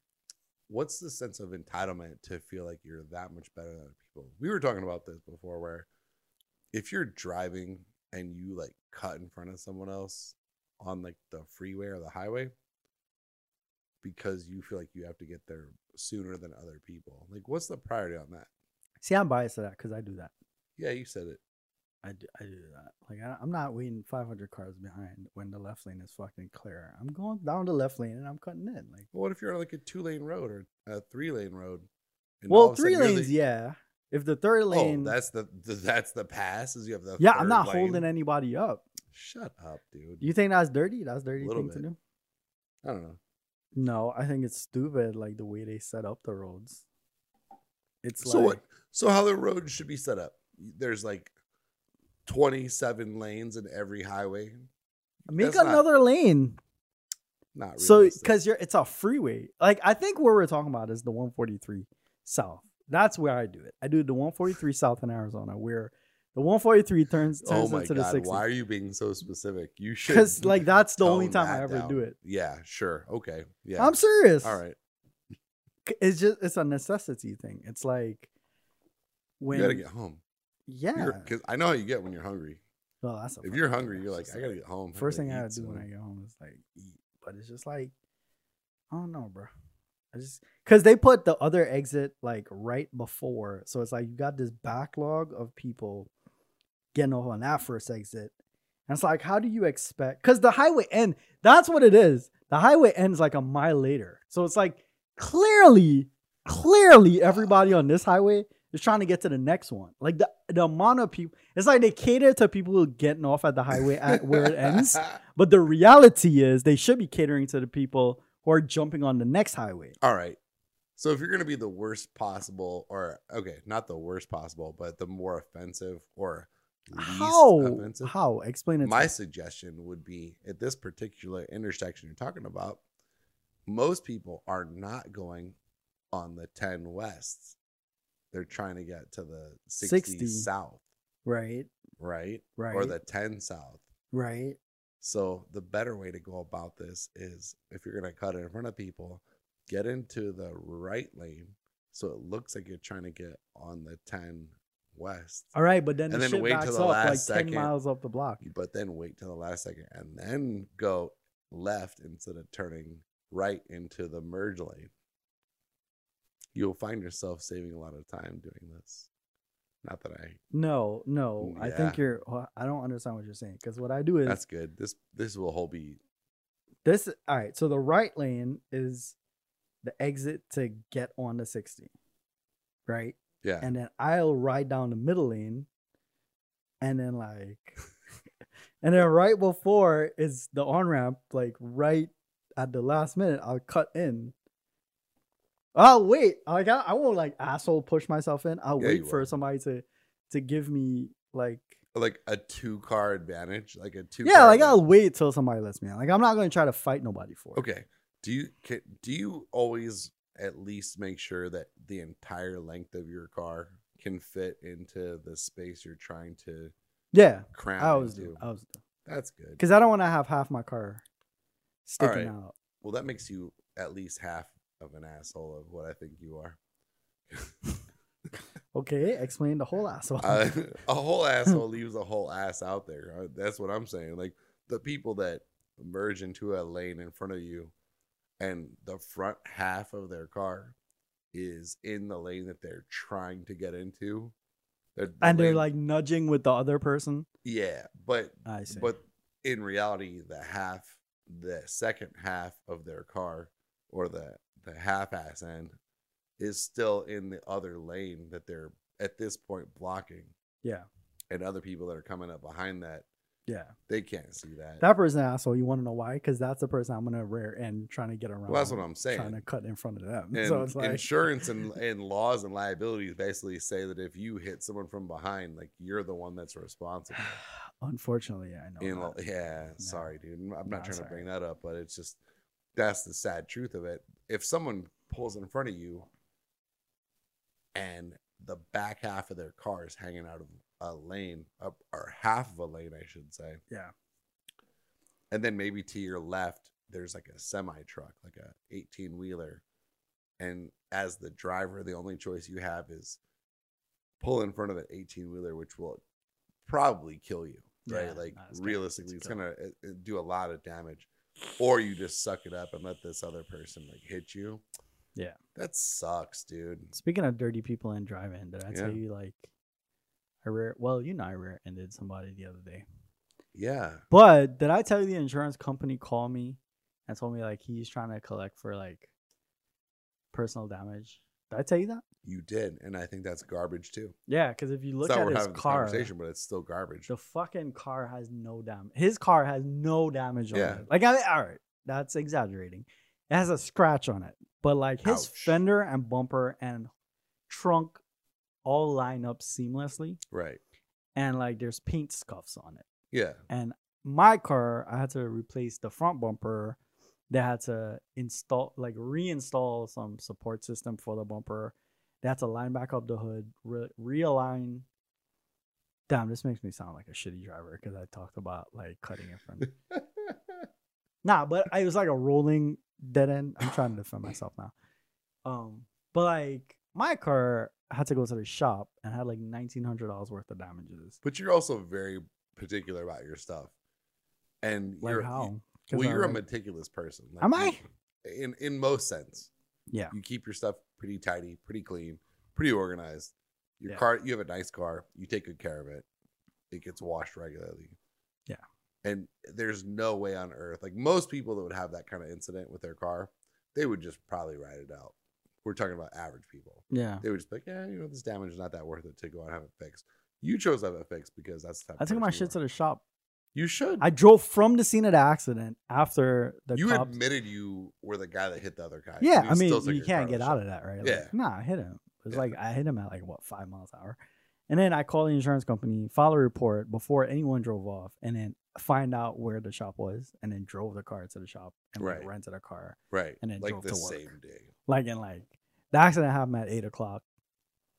B: what's the sense of entitlement to feel like you're that much better than other people? We were talking about this before where if you're driving and you like cut in front of someone else on like the freeway or the highway because you feel like you have to get there sooner than other people. Like what's the priority on that?
A: See, I'm biased to that because I do that.
B: Yeah, you said it.
A: I do, I do that. Like I, I'm not waiting 500 cars behind when the left lane is fucking clear. I'm going down the left lane and I'm cutting in. Like
B: Well, what if you're on like a two lane road or a three lane road? and all
A: well,
B: of a sudden
A: three
B: you're the-
A: lanes, yeah. If the third
B: Oh,
A: lane,
B: that's the, the that's the pass. Is you have the
A: yeah, I'm
B: third
A: not
B: lane?
A: holding anybody up.
B: Shut up, dude.
A: Do you think that's dirty? That's dirty
B: Little
A: thing to
B: bit.
A: do.
B: I don't know.
A: No, I think it's stupid. Like the way they set up the roads. It's
B: So
A: like
B: what? So how the road should be set up? There's like 27 lanes in every highway.
A: make
B: that's not
A: another lane.
B: Not really.
A: So because you're, it's a freeway. Like I think where we're talking about is the 143 south. That's where I do it. I do the 143 south in Arizona, where the 143 turns turns
B: oh my
A: into the
B: god,
A: 60.
B: why are you being so specific? You should
A: Because like that's the only
B: tone
A: time I
B: that
A: ever
B: down.
A: do it.
B: Yeah, sure. Okay. Yeah.
A: I'm serious.
B: All right.
A: C- It's just it's a necessity thing. It's like when
B: you gotta get home.
A: yeah.
B: Because I know how you get when you're hungry.
A: Well, that's a
B: If you're
A: fucking
B: hungry,
A: thing. It's
B: you're like,
A: just
B: I gotta get home.
A: First thing
B: gotta
A: I gotta
B: eat
A: do when I
B: soon."
A: get home is like eat, but it's just like I don't know, bro. I just because they put the other exit like right before, so it's like you got this backlog of people getting off on that first exit, and it's like, how do you expect? Because the highway end, that's what it is. The highway ends like a mile later, so it's like clearly, clearly everybody on this highway is trying to get to the next one. Like the the amount of people, it's like they cater to people who are getting off at the highway at where it ends. But the reality is they should be catering to the people who are jumping on the next highway.
B: All right. So if you're gonna be the worst possible, or okay, not the worst possible, but the more offensive or least
A: How?
B: offensive,
A: How? Explain it. to
B: my
A: me.
B: suggestion would be at this particular intersection you're talking about, most people are not going on the 10 west. They're trying to get to the 60,
A: 60.
B: south,
A: right,
B: right?
A: right,
B: Or the 10 south.
A: right.
B: So the better way to go about this is if you're going to cut it in front of people, get into the right lane so it looks like you're trying to get on the 10 west.
A: All right, but then
B: And
A: the
B: then
A: shit
B: wait till
A: backs
B: the
A: up like
B: last
A: ten
B: second.
A: miles up the block.
B: but then wait till the last second and then go left instead of turning right into the merge lane. You'll find yourself saving a lot of time doing this. Not that I
A: No, no. I think
B: Mm, Yeah.
A: you're. well, I don't understand what you're saying because what I do is
B: that's good. This this will whole be
A: this. All right, so the right lane is the exit to get on the sixty, right?
B: yeah.
A: and then I'll ride down the middle lane, and then like, and then right before is the on ramp, like right at the last minute, I'll cut in. I'll wait. Like I, I won't like asshole push myself in. I'll
B: Yeah, you
A: wait for
B: will.
A: somebody to to give me like
B: like a two car advantage, like a two
A: yeah, like I'll wait till somebody lets me out. Like I'm not gonna try to fight nobody for it.
B: Okay. Do you ca do you always at least make sure that the entire length of your car can fit into the space you're trying to
A: Yeah,
B: cram
A: I always
B: into?
A: do. I always do
B: That's good.
A: because I don't want to have half my car sticking
B: right.
A: out.
B: Well, that makes you at least half of an asshole of what I think you are.
A: Okay, explain the whole asshole.
B: Uh, a whole asshole leaves a whole ass out there. Uh, That's what I'm saying. Like the people that merge into a lane in front of you, and the front half of their car is in the lane that they're trying to get into. They're, the
A: and they're
B: lane-
A: like nudging with the other person.
B: yeah, but
A: I see.
B: but in reality, the half, the second half of their car, or the the half-ass end, is still in the other lane that they're at this point blocking,
A: yeah,
B: and other people that are coming up behind that,
A: yeah.
B: they can't see that.
A: That person asshole. You want to know why? Because that's the person I'm gonna rear end trying to get around.
B: well, that's what I'm
A: Trying to
B: saying.
A: cut in front of them.
B: And
A: so it's like
B: insurance and, and laws and liabilities basically say that if you hit someone from behind, like you're the one that's responsible.
A: Unfortunately, I know.
B: in lo-
A: that.
B: yeah
A: No.
B: sorry dude i'm I'm
A: No,
B: not trying
A: sorry.
B: to bring that up but it's just that's the sad truth of it if someone pulls in front of you and the back half of their car is hanging out of a lane up or half of a lane i should say
A: Yeah.
B: and then maybe to your left there's like a semi truck like a 18 wheeler and as the driver the only choice you have is pull in front of an 18 wheeler which will probably kill you right
A: Yeah,
B: like
A: no, it's gonna-
B: realistically
A: it's
B: it's gonna uh, uh, do a lot of damage or you just suck it up and let this other person like hit you
A: Yeah.
B: that sucks dude
A: Speaking of dirty people and driving, did I tell
B: Yeah.
A: you like I rear well, you know I rear ended somebody the other day.
B: Yeah.
A: But did I tell you the insurance company called me and told me like he's trying to collect for like personal damage? Did I tell you that?
B: You did, and I think that's garbage too.
A: Yeah, because if you look
B: It's not
A: at
B: we're
A: his
B: having this
A: car,
B: conversation, but it's still garbage.
A: the fucking car has no damage. His car has no damage
B: Yeah.
A: on it. Like, I mean, all right, that's exaggerating. It has a scratch on it, but like his
B: Ouch.
A: fender and bumper and trunk all line up seamlessly,
B: Right.
A: and like there's paint scuffs on it.
B: Yeah.
A: And my car, I had to replace the front bumper. They had to install, like, reinstall some support system for the bumper. They had to line back up the hood, re- realign. Damn, this makes me sound like a shitty driver because I talked about like cutting in front. nah, but I was like a rolling dead end. I'm trying to defend myself now. Um, but like my car had to go to the shop and had like nineteen hundred dollars worth of damages.
B: But you're also very particular about your stuff. And
A: Like
B: you're,
A: how? 'Cause
B: Well,
A: I,
B: you're a
A: like-
B: meticulous person. Like,
A: Am
B: you-
A: I?
B: In in most sense,
A: Yeah.
B: you keep your stuff pretty tidy, pretty clean, pretty organized. Your
A: Yeah.
B: car, you have a nice car. You take good care of it. It gets washed regularly.
A: Yeah.
B: And there's no way on earth, like most people that would have that kind of incident with their car, they would just probably ride it out. We're talking about average people.
A: Yeah.
B: They would just be like, yeah, you know, this damage is not that worth it to go out and have it fixed. You chose to have it fixed because that's the type
A: I
B: of
A: took my
B: person you
A: shit to
B: are.
A: the shop.
B: You should.
A: I drove from the scene of the accident after the
B: you
A: cops.
B: admitted you were the guy that hit the other guy.
A: yeah,
B: and you
A: I mean,
B: still took
A: you
B: your
A: can't get
B: car to
A: out
B: the
A: of that, right?
B: Yeah.
A: Like, nah, I hit him. It was
B: Yeah.
A: like I hit him at like what five miles an hour, and then I called the insurance company, filed a report before anyone drove off, and then find out where the shop was, and then drove the car to the shop and like,
B: Right.
A: rented a car.
B: shop. Right.
A: and then
B: like
A: drove
B: the
A: to work.
B: same day.
A: Like and like the accident happened at eight o'clock.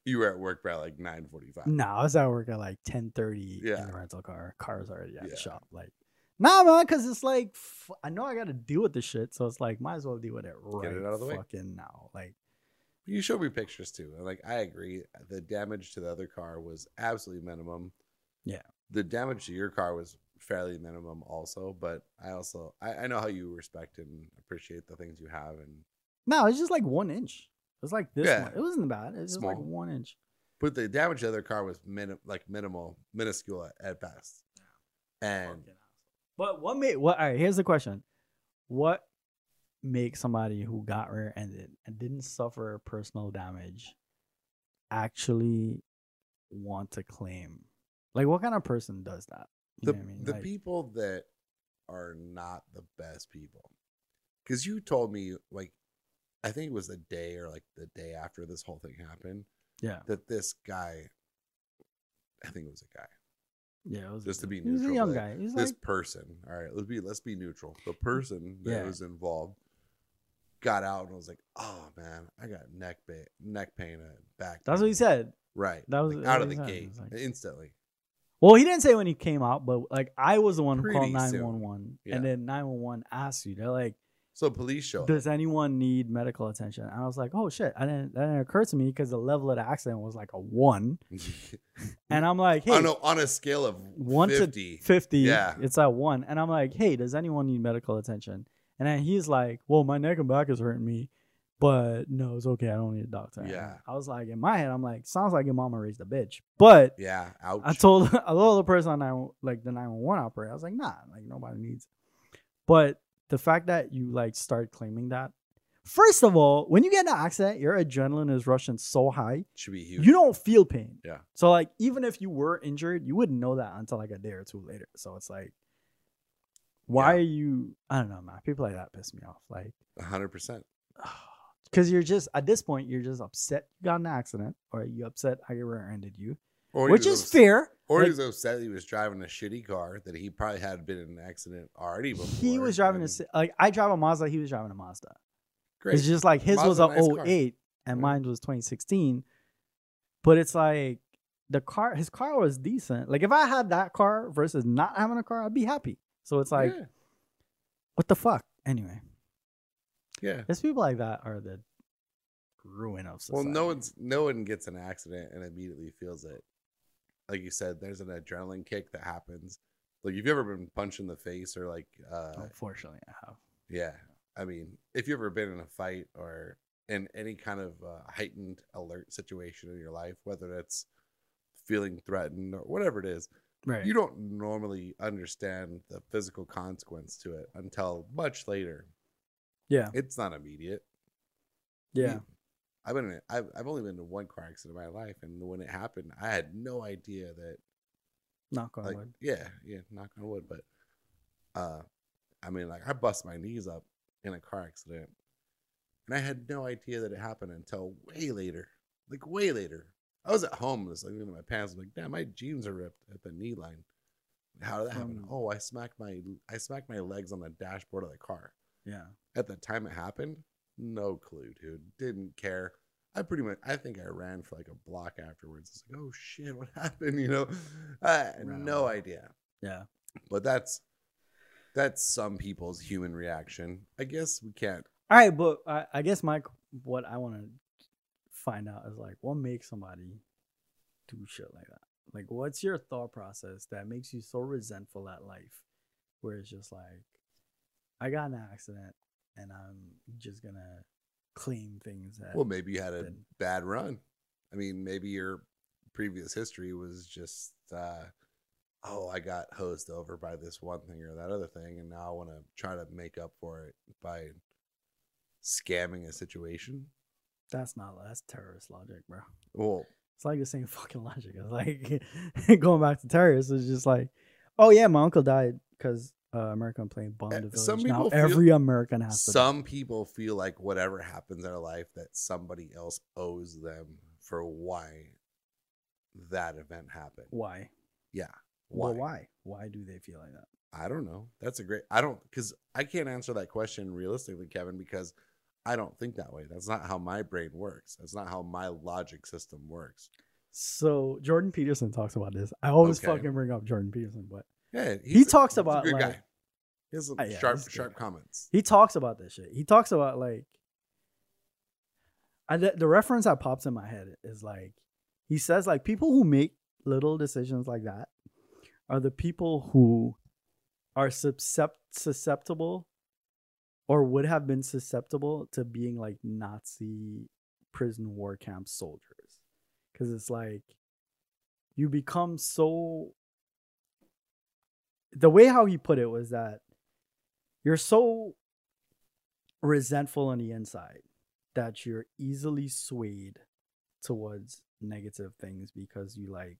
B: You were at work by like 9.45.
A: No, I was at work at like ten thirty
B: Yeah.
A: in the rental car. Car's already at
B: Yeah.
A: the shop. Like, nah, man, because it's like f- I know I got to deal with this shit, so it's like might as well deal with it right
B: it out of the way.
A: fucking now. Like,
B: You showed me pictures too. And like, I agree. The damage to the other car was absolutely minimum.
A: Yeah.
B: The damage to your car was fairly minimum also. But I also, I, I know how you respect and appreciate the things you have. And
A: no, it's just like one inch. It was like this
B: Yeah.
A: one. It wasn't bad. It was just like
B: Small.
A: one inch.
B: But the damage to the other car was minim, like minimal, minuscule at, at best. And
A: Fucking asshole. but what made what? All right, here's the question: What makes somebody who got rear-ended and didn't suffer personal damage actually want to claim? Like, what kind of person does that? You
B: the,
A: know what I mean?
B: the
A: Like,
B: people that are not the best people because you told me like i think it was the day or like the day after this whole thing happened
A: yeah,
B: that this guy i think it was a guy
A: yeah. It was
B: just to be
A: he was a
B: neutral,
A: young
B: like,
A: guy. He was
B: this
A: like,
B: person all right let's be let's be neutral the person that
A: Yeah.
B: was involved got out and was like oh man i got neck ba- neck pain and back
A: that's what he
B: pain."
A: said.
B: right
A: That was-
B: Like,
A: that's
B: out
A: what
B: of the
A: he said. He
B: gate
A: was like-
B: instantly
A: Well, he didn't say when he came out, but like I was the one who called
B: Pretty soon.
A: 911,
B: Yeah.
A: and then 911 asked you. They're like.
B: so police show up.
A: does anyone need medical attention? And I was like, oh shit, I didn't, that didn't occur to me because the level of the accident was like a
B: Mm.
A: one. And I'm like, hey,
B: oh no on a scale of
A: one to
B: 50
A: 50,
B: Yeah.
A: it's at one. And I'm like, hey, does anyone need medical attention? And then he's like, well, my neck and back is hurting me, but no, it's okay. I don't need a doctor.
B: Yeah.
A: I was like, in my head, I'm like, sounds like your mama raised a bitch. But
B: Yeah, ouch.
A: I told I told the person on nine, like the 911 operator, I was like, nah, like nobody needs. it." But the fact that you like start claiming that, first of all, when you get in an accident, your adrenaline is rushing so high,
B: should be huge.
A: you don't feel pain.
B: Yeah.
A: So like even if you were injured, you wouldn't know that until like a day or two later. So it's like, why
B: Yeah.
A: are you? I don't know, man. People like that piss me off. Like,
B: hundred percent.
A: because you're just at this point, you're just upset you got in an accident, or you upset I rear-ended you,
B: Or he
A: which
B: was
A: is
B: ups-
A: fair.
B: Or
A: like-
B: he was upset that he was driving a shitty car that he probably had been in an accident already before.
A: He was driving a
B: and-
A: si- like I drive a Mazda. He was driving a Mazda.
B: great.
A: It's just like his was a
B: Mazda's a nice car.
A: 08 and
B: Right.
A: mine was 2016. But it's like the car, his car was decent. Like if I had that car versus not having a car, I'd be happy. So it's like,
B: yeah,
A: what the fuck? Anyway,
B: yeah.
A: there's people like that are the ruin of
B: Well,
A: society.
B: no one's no one gets an accident and immediately feels it. Like you said, there's an adrenaline kick that happens. Like if you've ever been punched in the face or like uh
A: Unfortunately, I have.
B: yeah. I mean, if you've ever been in a fight or in any kind of uh, heightened alert situation in your life, whether that's feeling threatened or whatever it is,
A: Right.
B: you don't normally understand the physical consequence to it until much later.
A: yeah.
B: It's not immediate.
A: Yeah.
B: I've been in, I've, I've only been to one car accident in my life, and when it happened, I had no idea that
A: Knock on
B: like
A: wood.
B: yeah, yeah, knock on wood, but uh I mean like I bust my knees up in a car accident and I had no idea that it happened until way later. Like way later. I was at home just like looking at my pants, I'm like, damn, my jeans are ripped at the knee line. How did that happen?
A: Um,
B: Oh, I smacked my I smacked my legs on the dashboard of the car.
A: Yeah.
B: At the time it happened, no clue, dude. Didn't care. I pretty much I think I ran for like a block afterwards. It's like, oh shit, what happened? You know? I had no
A: Wow.
B: idea
A: Yeah.
B: but that's that's some people's human reaction. I guess we can't.
A: All right, but I, I guess my what I want to find out is like what makes somebody do shit like that. Like, what's your thought process that makes you so resentful at life, where it's just like, I got in an accident and I'm just gonna claim things that.
B: Well, maybe you had a
A: Then-
B: bad run. I mean, maybe your previous history was just, uh, oh, I got hosed over by this one thing or that other thing, and now I want to try to make up for it by scamming a situation.
A: that's not that's terrorist logic, bro.
B: Well,
A: It's like the same fucking logic. It's like going back to terrorists. It's just like, oh yeah, my uncle died because uh, American plane bombed
B: Eh,
A: a village.
B: some
A: now
B: people feel-
A: every American has to. die.
B: some people feel like whatever happens in their life that somebody else owes them for why that event happened.
A: Why?
B: Why?
A: Well, why? Why do they feel like that?
B: I don't know. That's a great. I don't because I can't answer that question realistically, Kevin, because I don't think that way. That's not how my brain works. That's not how my logic system works.
A: So Jordan Peterson talks about this. I always
B: Okay.
A: fucking bring up Jordan Peterson, but
B: Yeah,
A: he talks about
B: good
A: like
B: guy. Oh, He has some
A: Ah, yeah,
B: sharp,
A: he's a good
B: sharp
A: guy.
B: comments.
A: he talks about this shit. He talks about like, I the, the reference that pops in my head is like, he says like people who make little decisions like that are the people who are suscept- susceptible or would have been susceptible to being like Nazi prison war camp soldiers. Cause it's like you become so the way how he put it was that you're so resentful on the inside that you're easily swayed towards negative things because you like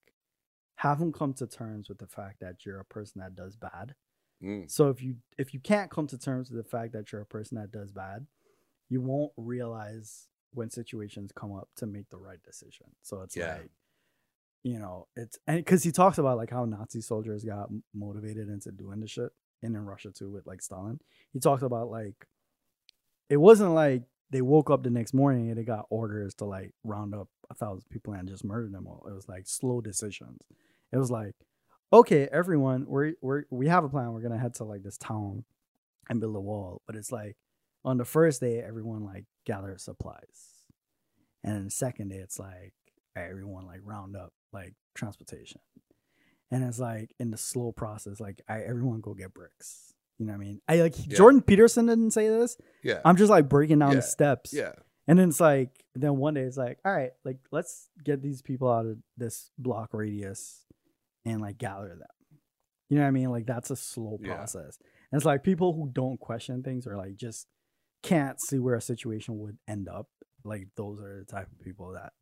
A: haven't come to terms with the fact that you're a person that does bad.
B: Mm.
A: So if you if you can't come to terms with the fact that you're a person that does bad, you won't realize when situations come up to make the right decision. So it's
B: Yeah.
A: like you know, it's and because he talks about like how Nazi soldiers got m- motivated into doing this shit, and in Russia too with like Stalin. He talks about like it wasn't like they woke up the next morning and they got orders to like round up a thousand people and just murder them all. It was like slow decisions. It was like, okay, everyone, we're we're we have a plan. We're gonna head to like this town and build a wall. But it's like on the first day, everyone like gathers supplies, and then the second day, it's like everyone like round up like transportation, and it's like in the slow process, like I, everyone go get bricks. You know what I mean? I like
B: Yeah.
A: Jordan Peterson didn't say this.
B: Yeah,
A: I'm just like breaking down
B: Yeah.
A: the steps.
B: yeah,
A: And then it's like, then one day it's like, all right, like let's get these people out of this block radius and like gather them. You know what I mean? Like that's a slow
B: Yeah.
A: process. And it's like people who don't question things or like just can't see where a situation would end up. Like those are the type of people that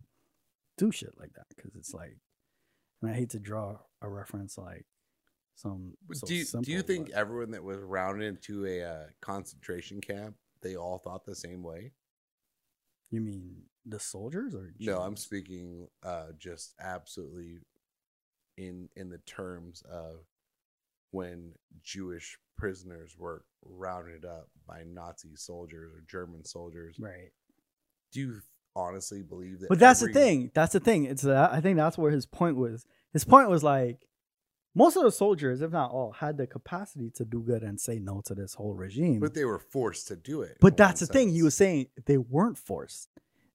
A: do shit like that because it's like, and I hate to draw a reference like some.
B: But
A: so
B: do you, do you
A: simple,
B: think
A: but-
B: everyone that was rounded into a uh, concentration camp, they all thought the same way?
A: you mean the soldiers or
B: No, I'm
A: Jews?
B: speaking uh, just absolutely in in the terms of when Jewish prisoners were rounded up by Nazi soldiers or German soldiers.
A: right.
B: Do you honestly believe that?
A: But that's
B: every-
A: the thing. That's the thing. It's that I think that's where his point was. His point was like most of the soldiers, if not all, had the capacity to do good and say no to this whole regime.
B: But
A: But,
B: they were forced to do it. in
A: that's the
B: one
A: thing. He
B: sense.
A: was saying they weren't forced.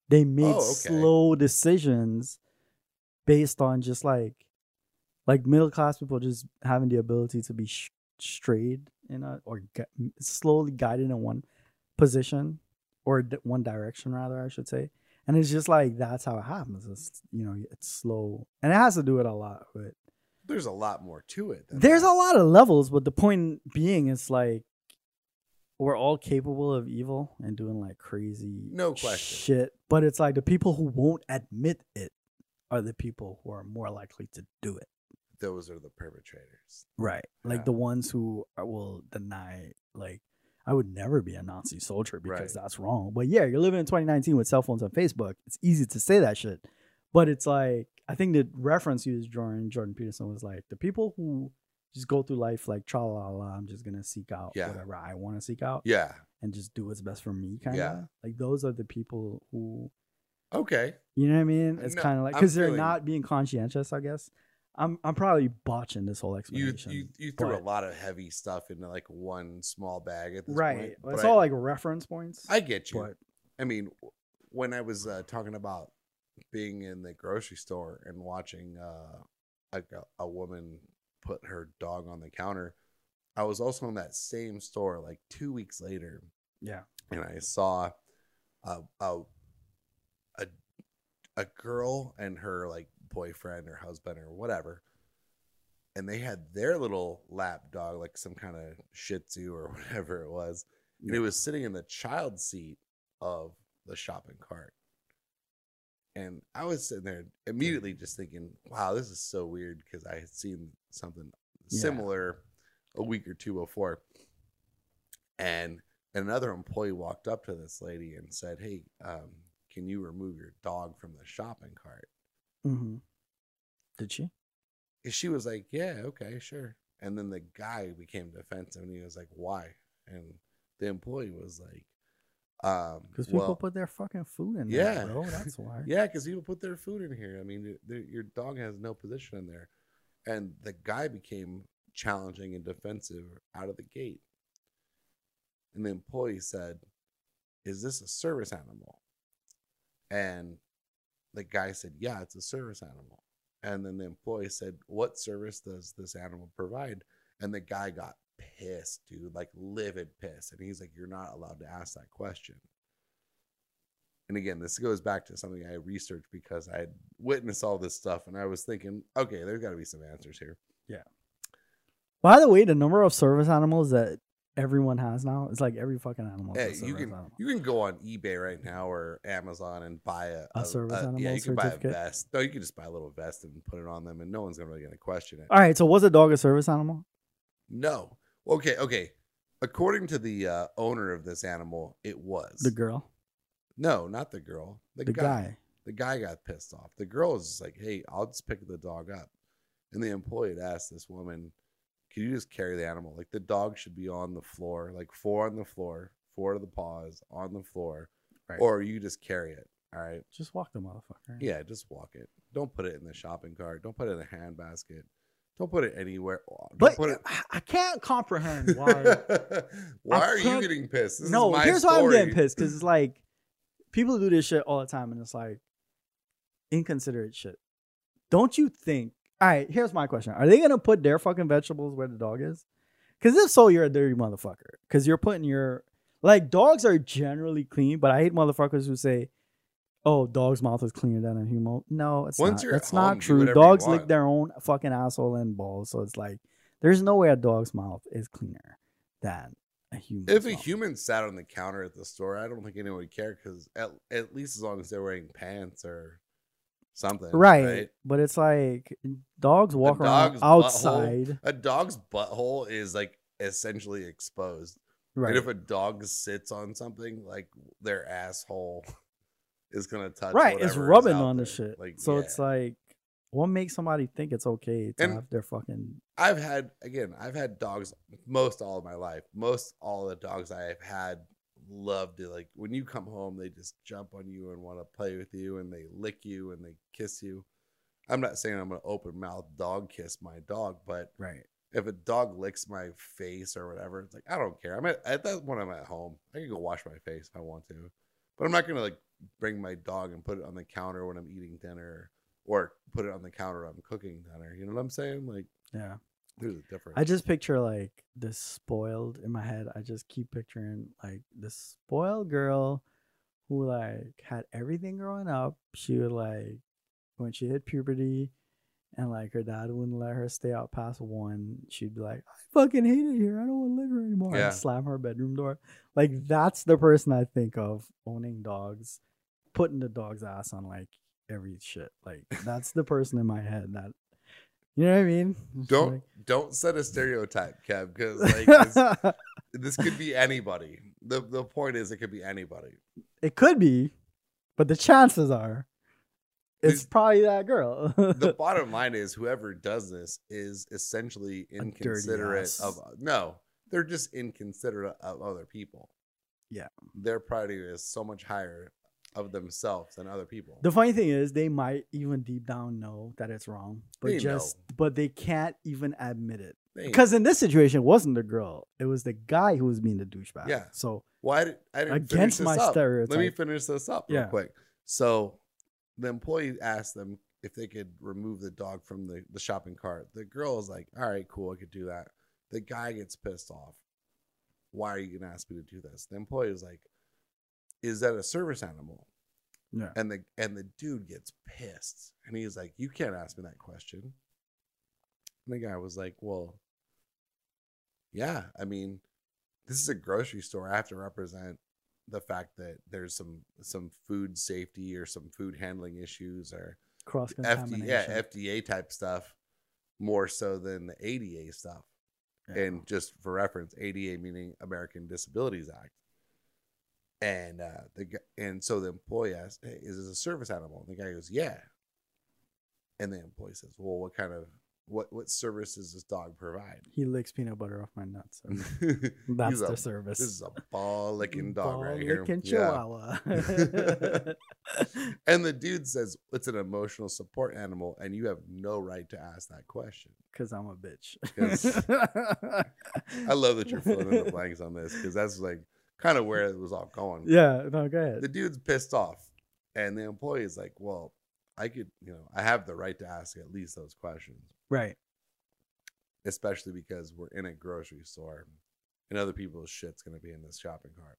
A: They made
B: Oh, okay.
A: slow decisions based on just like like middle class people just having the ability to be sh- strayed in a or gu- slowly guided in one position or d- one direction rather I should say and it's just like that's how it happens. It's you know it's slow, and it has to do it a lot with
B: There's a lot more to it. than
A: there's
B: that.
A: a lot of levels, but the point being is like we're all capable of evil and doing like crazy
B: No question.
A: shit. But it's like the people who won't admit it are the people who are more likely to do it.
B: Those are the perpetrators.
A: Right. Like
B: Yeah.
A: the ones who are, will deny like I would never be a Nazi soldier because
B: Right.
A: that's wrong. But yeah, you're living in 2019 with cell phones and Facebook. It's easy to say that shit. But it's like I think the reference he was drawing, Jordan Peterson, was like the people who just go through life like tra la la. I'm just gonna seek out
B: Yeah.
A: whatever I want to seek out
B: Yeah.
A: and just do what's best for me, kind of.
B: Yeah.
A: Like those are the people who
B: Okay.
A: you know what I mean? It's
B: No,
A: kind of like
B: I'm
A: because they're
B: feeling-
A: not being conscientious, I guess. I'm I'm probably botching this whole
B: You
A: explanation.
B: you you threw a
A: but-
B: lot of heavy stuff into like one small bag at this
A: right
B: point.
A: Well, it's
B: but I-
A: all like reference points
B: I get you.
A: but
B: I mean, w- when I was uh, talking about being in the grocery store and watching uh, like a, a woman put her dog on the counter, I was also in that same store like two weeks later,
A: yeah
B: and I saw a a a, a girl and her like boyfriend or husband or whatever. And they had their little lap dog, like some kind of Shih Tzu or whatever it was, and it was sitting in the child seat of the shopping cart. And I was sitting there immediately just thinking, wow, this is so weird because I had seen something
A: Yeah.
B: similar a week or two before. And another employee walked up to this lady and said, hey, um, can you remove your dog from the shopping cart?
A: hmm did she
B: And she was like, Yeah, okay, sure. And then the guy became defensive and he was like, Why? And the employee was like, um,
A: because people
B: well,
A: put their fucking food in
B: yeah.
A: there bro that's why
B: yeah, because people put their food in here. I mean, y- their- your dog has no position in there. And the guy became challenging and defensive out of the gate. And the employee said, Is this a service animal? And the guy said, Yeah, it's a service animal. And then the employee said, What service does this animal provide? And the guy got pissed, dude, like livid pissed. And he's like, You're not allowed to ask that question. And again, this goes back to something I researched because I had witnessed all this stuff and I was thinking, okay, there's got to be some answers here.
A: by the way the number of service animals that everyone has now is like every fucking animal is a
B: Hey, you
A: service
B: can
A: animal.
B: you can go on eBay right now or Amazon and buy a,
A: A service
B: yeah,
A: animal
B: you can buy a
A: certificate?
B: vest. No, you can just buy a little vest and put it on them, and no one's gonna really gonna question it.
A: all right so was a dog a service animal
B: No, okay, okay. According to the uh, owner of this animal, it was
A: the girl
B: no, not the girl, the,
A: the
B: guy.
A: guy
B: The guy got pissed off. The girl was just like, "Hey, I'll just pick the dog up." And the employee had asked this woman, "Can you just carry the animal? Like the dog should be on the floor, like four on the floor, four to the paws on the floor,
A: Right.
B: or you just carry it." All right.
A: just walk the motherfucker
B: Yeah, just walk it. Don't put it in the shopping cart. Don't put it in a handbasket. Don't put it anywhere. Oh, don't
A: but
B: put it-
A: I- I can't comprehend why
B: why
A: I
B: are you
A: can't-
B: getting pissed? This
A: no,
B: is my
A: here's
B: story.
A: why I'm getting pissed because it's like people do this shit all the time, and it's like inconsiderate shit. Don't you think? All right, here's my question: Are they gonna put their fucking vegetables where the dog is? Because if so, you're a dirty motherfucker. Because you're putting your like dogs are generally clean, but I hate motherfuckers who say, "Oh, dog's mouth is cleaner than a human." No, it's
B: Once
A: not.
B: you're at
A: That's not
B: home, do
A: true.
B: whatever you
A: Dogs lick
B: want.
A: their own fucking asshole and balls, so it's like there's no way a dog's mouth is cleaner than a human.
B: If a
A: mouth.
B: human sat on the counter at the store, I don't think anyone would care because at, at least as long as they're wearing pants or something,
A: right, but it's like dogs walk around
B: dog's butthole-
A: outside
B: A dog's butthole is like essentially exposed,
A: right
B: and if a dog sits on something, like their asshole is gonna touch.
A: right it's
B: whatever is
A: rubbing
B: out
A: on the
B: there.
A: shit
B: Like,
A: so
B: yeah.
A: it's like what makes somebody think it's okay to
B: And-
A: have their fucking
B: I've had again, I've had dogs most all of my life. Most all the dogs I have had love to like when you come home, they just jump on you and want to play with you and they lick you and they kiss you. I'm not saying I'm gonna open mouth dog kiss my dog, but
A: right
B: if a dog licks my face or whatever, it's like I don't care. I'm at, at that point I'm at home. I can go wash my face if I want to. But I'm not gonna like bring my dog and put it on the counter when I'm eating dinner or put it on the counter when I'm cooking dinner. You know what I'm saying? Like
A: yeah
B: there's a difference.
A: i just picture like this spoiled in my head i just keep picturing like this spoiled girl who like had everything growing up. She would like when she hit puberty and like her dad wouldn't let her stay out past one, she'd be like, I fucking hate it here. I don't want to live here anymore.
B: Yeah.
A: And slam her bedroom door. Like that's the person I think of owning dogs, putting the dog's ass on like every shit. Like that's the person in my head that you know what I mean? It's
B: Don't don't set a stereotype, Kev, because like this,
A: like-
B: this could be anybody. The the point is, it could be anybody.
A: it could be, but the chances are it's
B: This-
A: probably that girl.
B: The bottom line is, whoever does this is essentially
A: dirty
B: inconsiderate
A: ass.
B: of no. They're just inconsiderate of other people.
A: Yeah.
B: their priority is so much higher of themselves than other people.
A: The funny thing is, they might even deep down know that it's wrong, but
B: They
A: just
B: know.
A: but they can't even admit it.
B: They-
A: Because in this situation, it wasn't the girl; it was the guy who was being the douchebag.
B: Yeah.
A: So
B: Why did I didn't finish
A: Against
B: this
A: my
B: up. Let me
A: stereotype.
B: finish this up real
A: Yeah.
B: quick. So the employee asked them if they could remove the dog from the, the shopping cart. The girl is like, All right, cool, I could do that. The guy gets pissed off. Why are you gonna ask me to do this? The employee is like, Is that a service animal?
A: yeah,
B: And the and the dude gets pissed. And he's like, You can't ask me that question. And the guy was like, Well, yeah, I mean, this is a grocery store. I have to represent the fact that there's some some food safety or some food handling issues or
A: cross
B: FDA,
A: contamination.
B: yeah, FDA type stuff more so than the ADA stuff. And just for reference, ADA meaning American Disabilities Act. And uh, the gu- and so the employee asks, hey, "Is this a service animal?" And the guy goes, "Yeah." And the employee says, "Well, what kind of what what service does this dog provide?"
A: he licks peanut butter off my nuts. and
B: He's
A: Mm. That's
B: a-
A: the service.
B: this is a ball licking dog right here.
A: Ball-licking chihuahua.
B: Yeah. and the dude says it's an emotional support animal, and you have no right to ask that question.
A: Because I'm a bitch.
B: I love that you're filling in the blanks on this because that's like kind of where it was all going.
A: Yeah, no, go ahead.
B: The dude's pissed off, and the employee's like, "Well, I could, you know, I have the right to ask at least those questions,
A: right.
B: especially because we're in a grocery store, and other people's shit's gonna be in this shopping cart."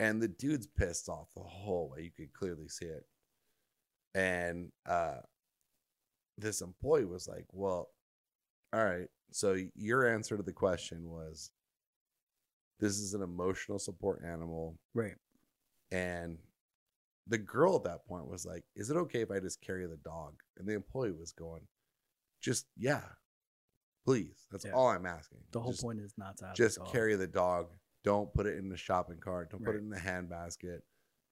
B: And the dude's pissed off the whole way. You could clearly see it. And uh, this employee was like, "Well, all right. So your answer to the question was, this is an emotional support animal."
A: Right.
B: And the girl at that point was like, Is it okay if I just carry the dog? And the employee was going, Just, yeah, please. That's
A: Yeah.
B: all I'm asking.
A: The whole
B: Just-
A: point is not to have a
B: Just
A: dog.
B: carry the dog. Don't put it in the shopping cart. Don't put
A: Right.
B: it in the hand basket.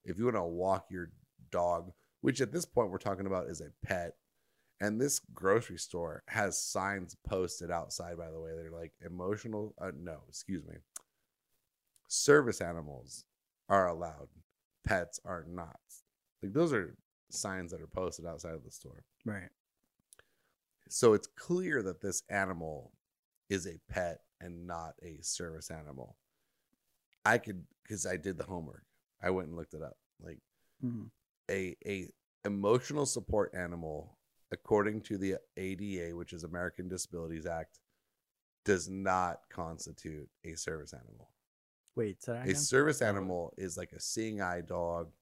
B: If you want to walk your dog, which at this point we're talking about is a pet. And this grocery store has signs posted outside, by the way. They're like emotional, uh, no, excuse me. Service animals are allowed, pets are not. Like those are signs that are posted outside of the store.
A: Right.
B: So it's clear that this animal is a pet and not a service animal. I could because I did the homework. I went and looked it up. Like
A: Mhm.
B: a a emotional support animal, according to the ADA, which is American Disabilities Act, does not constitute a service animal.
A: Wait, said I
B: A
A: again?
B: service animal is like a seeing eye dog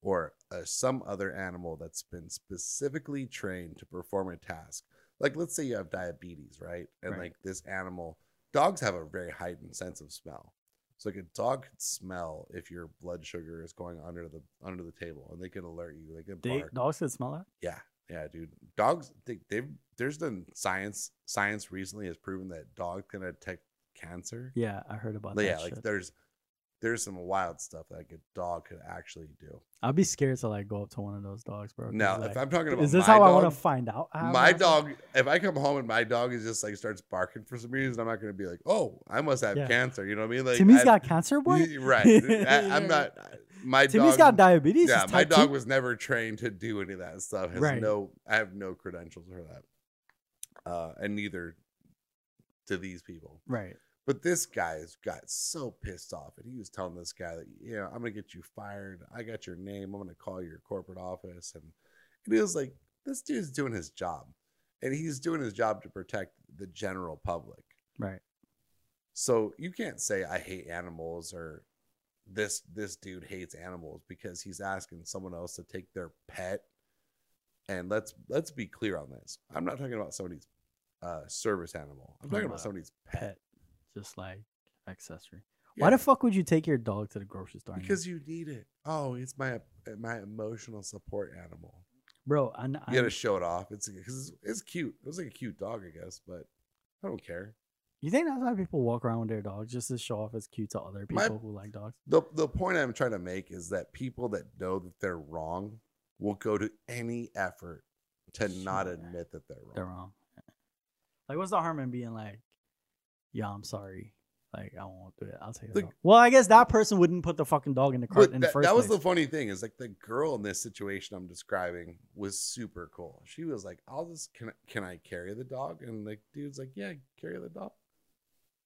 B: or uh, some other animal that's been specifically trained to perform a task. Like, let's say you have diabetes, right? And
A: Right.
B: like this animal, dogs have a very heightened sense of smell. So like a dog could smell if your blood sugar is going under the under the table, and they can alert you. They can
A: They,
B: bark.
A: dogs could smell that?
B: Yeah, yeah, dude. Dogs, they, they've there's been science. Science recently has proven that dogs can detect cancer
A: Yeah, I heard about
B: yeah,
A: that
B: like
A: shit.
B: there's there's some wild stuff that like a dog could actually do.
A: I'd be scared to like go up to one of those dogs, bro. 'cause,
B: Now, if
A: like,
B: I'm talking about
A: is this
B: my
A: how I
B: dog,
A: want to find out? I have
B: my
A: an asshole?
B: dog, if I come home and my dog is just like starts barking for some reason, I'm not gonna be like, oh, I must have
A: Yeah.
B: cancer. You know what I mean? Like
A: Timmy's
B: I-
A: got cancer, boy.
B: right. I, am not. My
A: Timmy's got
B: dog,
A: diabetes.
B: Yeah,
A: he's
B: my
A: type
B: dog
A: two.
B: was never trained to do any of that stuff. Has
A: Right.
B: no, I have no credentials for that, uh, and neither to these people.
A: Right.
B: But this guy's got so pissed off, and he was telling this guy that, you know, I'm gonna get you fired. I got your name. I'm gonna call your corporate office, and and he was like, this dude's doing his job, and he's doing his job to protect the general public.
A: Right.
B: So you can't say I hate animals or this this dude hates animals because he's asking someone else to take their pet and let's let's be clear on this i'm not talking about somebody's uh service animal i'm talking about somebody's pet
A: pet, just like accessory.
B: Yeah,
A: Why the fuck would you take your dog to the grocery store? anyway?
B: because you need it oh it's my my emotional support animal
A: bro, I, kn- I
B: you gotta show it off it's because it's, it's cute it was like a cute dog i guess but i don't care
A: You think that's why people walk around with their dogs just to show off as cute to other
B: My-
A: people who like dogs?
B: The the point I'm trying to make is that people that know that they're wrong will go to any effort to not
A: Sure.
B: admit that they're wrong.
A: They're wrong. Like, what's the harm in being like, "Yeah, I'm sorry. Like, I won't do it. I'll take the
B: Like-
A: dog." Well, I guess that person wouldn't put the fucking dog in the cart
B: But
A: in the
B: that,
A: first
B: that was
A: place.
B: the funny thing is like the girl in this situation I'm describing was super cool. She was like, "I'll just can I- can I carry the dog?" And the dude's like, "Yeah, carry the dog."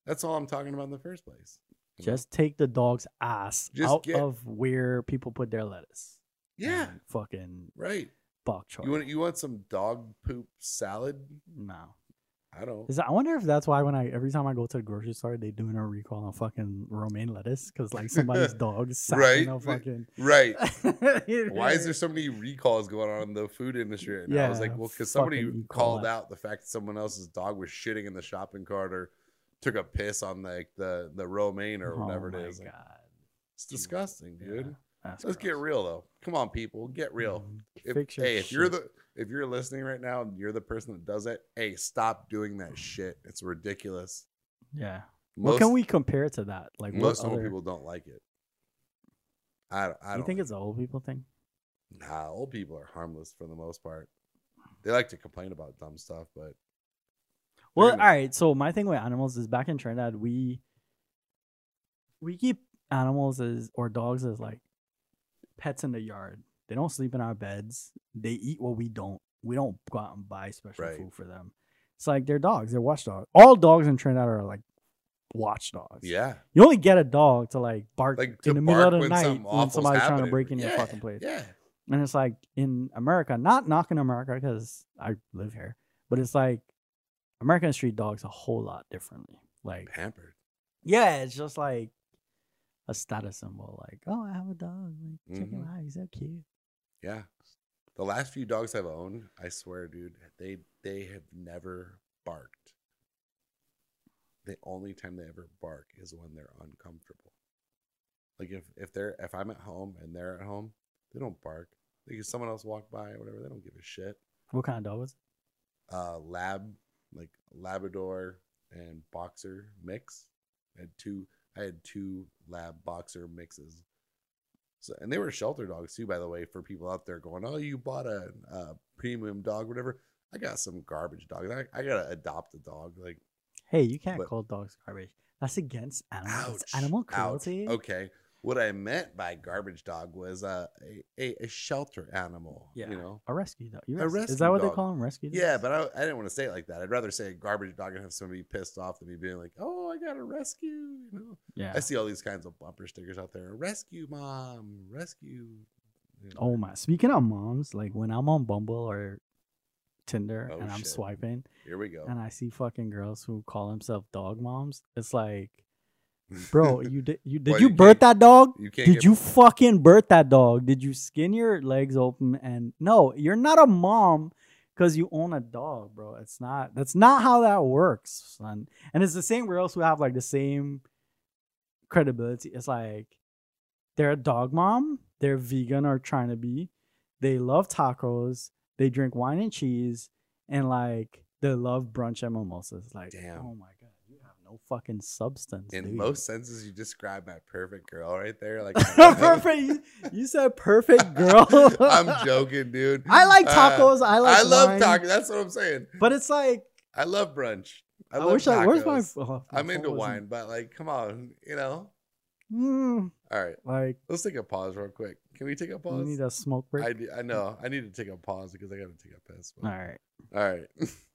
B: That's all I'm talking about in the first place. you know?
A: Just take the dog's ass
B: Just
A: out
B: get-
A: of where people put their lettuce.
B: yeah,
A: and fucking
B: right.
A: bok choy.
B: You want you want some dog poop salad?
A: no.
B: I don't.
A: Is that, I wonder if that's why when I every time I go to the grocery store they doing a recall on fucking romaine lettuce because like somebody's dog sat in a
B: Right.
A: fucking.
B: Right. Why is there so many recalls going on in the food industry right now? I was
A: Yeah,
B: like, well, because somebody
A: fucking recall
B: called
A: that.
B: out the fact that someone else's dog was shitting in the shopping cart or took a piss on like the the romaine or whatever
A: oh
B: it is.
A: My
B: Like,
A: God.
B: it's disgusting,
A: Yeah,
B: dude.
A: that's
B: Let's get
A: gross.
B: real though. Come on, people, get real.
A: Mhm.
B: If,
A: Fix your
B: hey, if you're
A: shit.
B: the if you're listening right now and you're the person that does it, hey, stop doing that shit. It's ridiculous.
A: yeah,
B: Most,
A: what can we compare it to that? Like
B: most
A: what
B: old
A: other?
B: people don't like it. I, don't- I
A: you
B: don't
A: think it's an old people thing?
B: Nah, old people are harmless for the most part. They like to complain about dumb stuff, but
A: Well, all
B: gonna-
A: right. So my thing with animals is back in Trinidad, we we keep animals as or dogs as like pets in the yard. They don't sleep in our beds. They eat what we don't. We don't go out and buy special
B: Right.
A: food for them. It's like they're dogs. They're watchdogs. All dogs in Trinidad are like watchdogs.
B: yeah,
A: You only get a dog to like bark
B: like to
A: in the middle of
B: bark
A: the
B: when
A: night
B: something
A: when
B: awful's
A: somebody's trying to
B: happening.
A: break in your
B: Yeah,
A: fucking place.
B: yeah,
A: And it's like in America, not knocking America because I live here, but it's like American street dogs a whole lot differently. Like,
B: pampered.
A: yeah, it's just like a status symbol. Like, oh, I have a dog. Like, check him
B: Mhm.
A: out. He's so cute.
B: Yeah, the last few dogs I've owned, I swear, dude, they they have never barked. The only time they ever bark is when they're uncomfortable. Like if if they're if I'm at home and they're at home, they don't bark. Like if someone else walk by or whatever, they don't give a shit.
A: What kind of dog was it?
B: uh, lab, like Labrador and boxer mix. I had two. I had two lab boxer mixes. So, and they were shelter dogs too, by the way, for people out there going, "Oh, you bought a, a premium dog, whatever." I got some garbage dogs. I, I gotta adopt a dog. Like,
A: Hey, you can't
B: But-
A: call dogs garbage. That's against animals. It's
B: ouch,
A: animal
B: ouch.
A: cruelty.
B: Okay, what I meant by garbage dog was uh, a a, a shelter animal.
A: Yeah.
B: you know.
A: A rescue dog. You
B: A
A: res-
B: rescue
A: is that what they
B: dog.
A: call them? Rescue dogs?
B: Yeah, but I, I didn't want to say it like that. I'd rather say a garbage dog and have somebody pissed off than me being like, "Oh, I got a rescue." You know,
A: yeah.
B: I see all these kinds of bumper stickers out there: "Rescue mom, rescue." you know.
A: Oh my! Speaking of moms, like when I'm on Bumble or Tinder
B: Oh,
A: and I'm
B: shit.
A: swiping
B: here we go.
A: and I see fucking girls who call themselves dog moms, it's like, bro, you did you did
B: What,
A: you
B: you
A: birth that
B: can't-
A: dog?
B: you can't.
A: Did
B: get-
A: you fucking birth that dog? Did you skin your legs open? And no, you're not a mom because you own a dog, bro. It's not. That's not how that works, son. And it's the same girls who have like the same credibility. It's like they're a dog mom. They're vegan or trying to be. They love tacos. They drink wine and cheese, and like they love brunch and mimosas. Like,
B: Damn.
A: oh my god, you have no fucking substance.
B: In
A: do you?
B: most senses, you describe my perfect girl right there. Like
A: perfect. You, you said perfect girl.
B: I'm joking, dude.
A: I like
B: Uh,
A: tacos. I like.
B: I love
A: wine,
B: tacos. That's what I'm saying.
A: But it's like
B: I love brunch.
A: I,
B: I, love
A: wish I. Where's my?
B: tacos.
A: oh, my
B: I'm
A: phone
B: into
A: wasn't-
B: wine, but like, come on, you know.
A: Mm,
B: All right,
A: like
B: let's take a pause real quick. Can we take a
A: you
B: pause?
A: need a smoke break.
B: I, d- I know. I need to take a pause because I got to take a piss. but-
A: All right.
B: All right.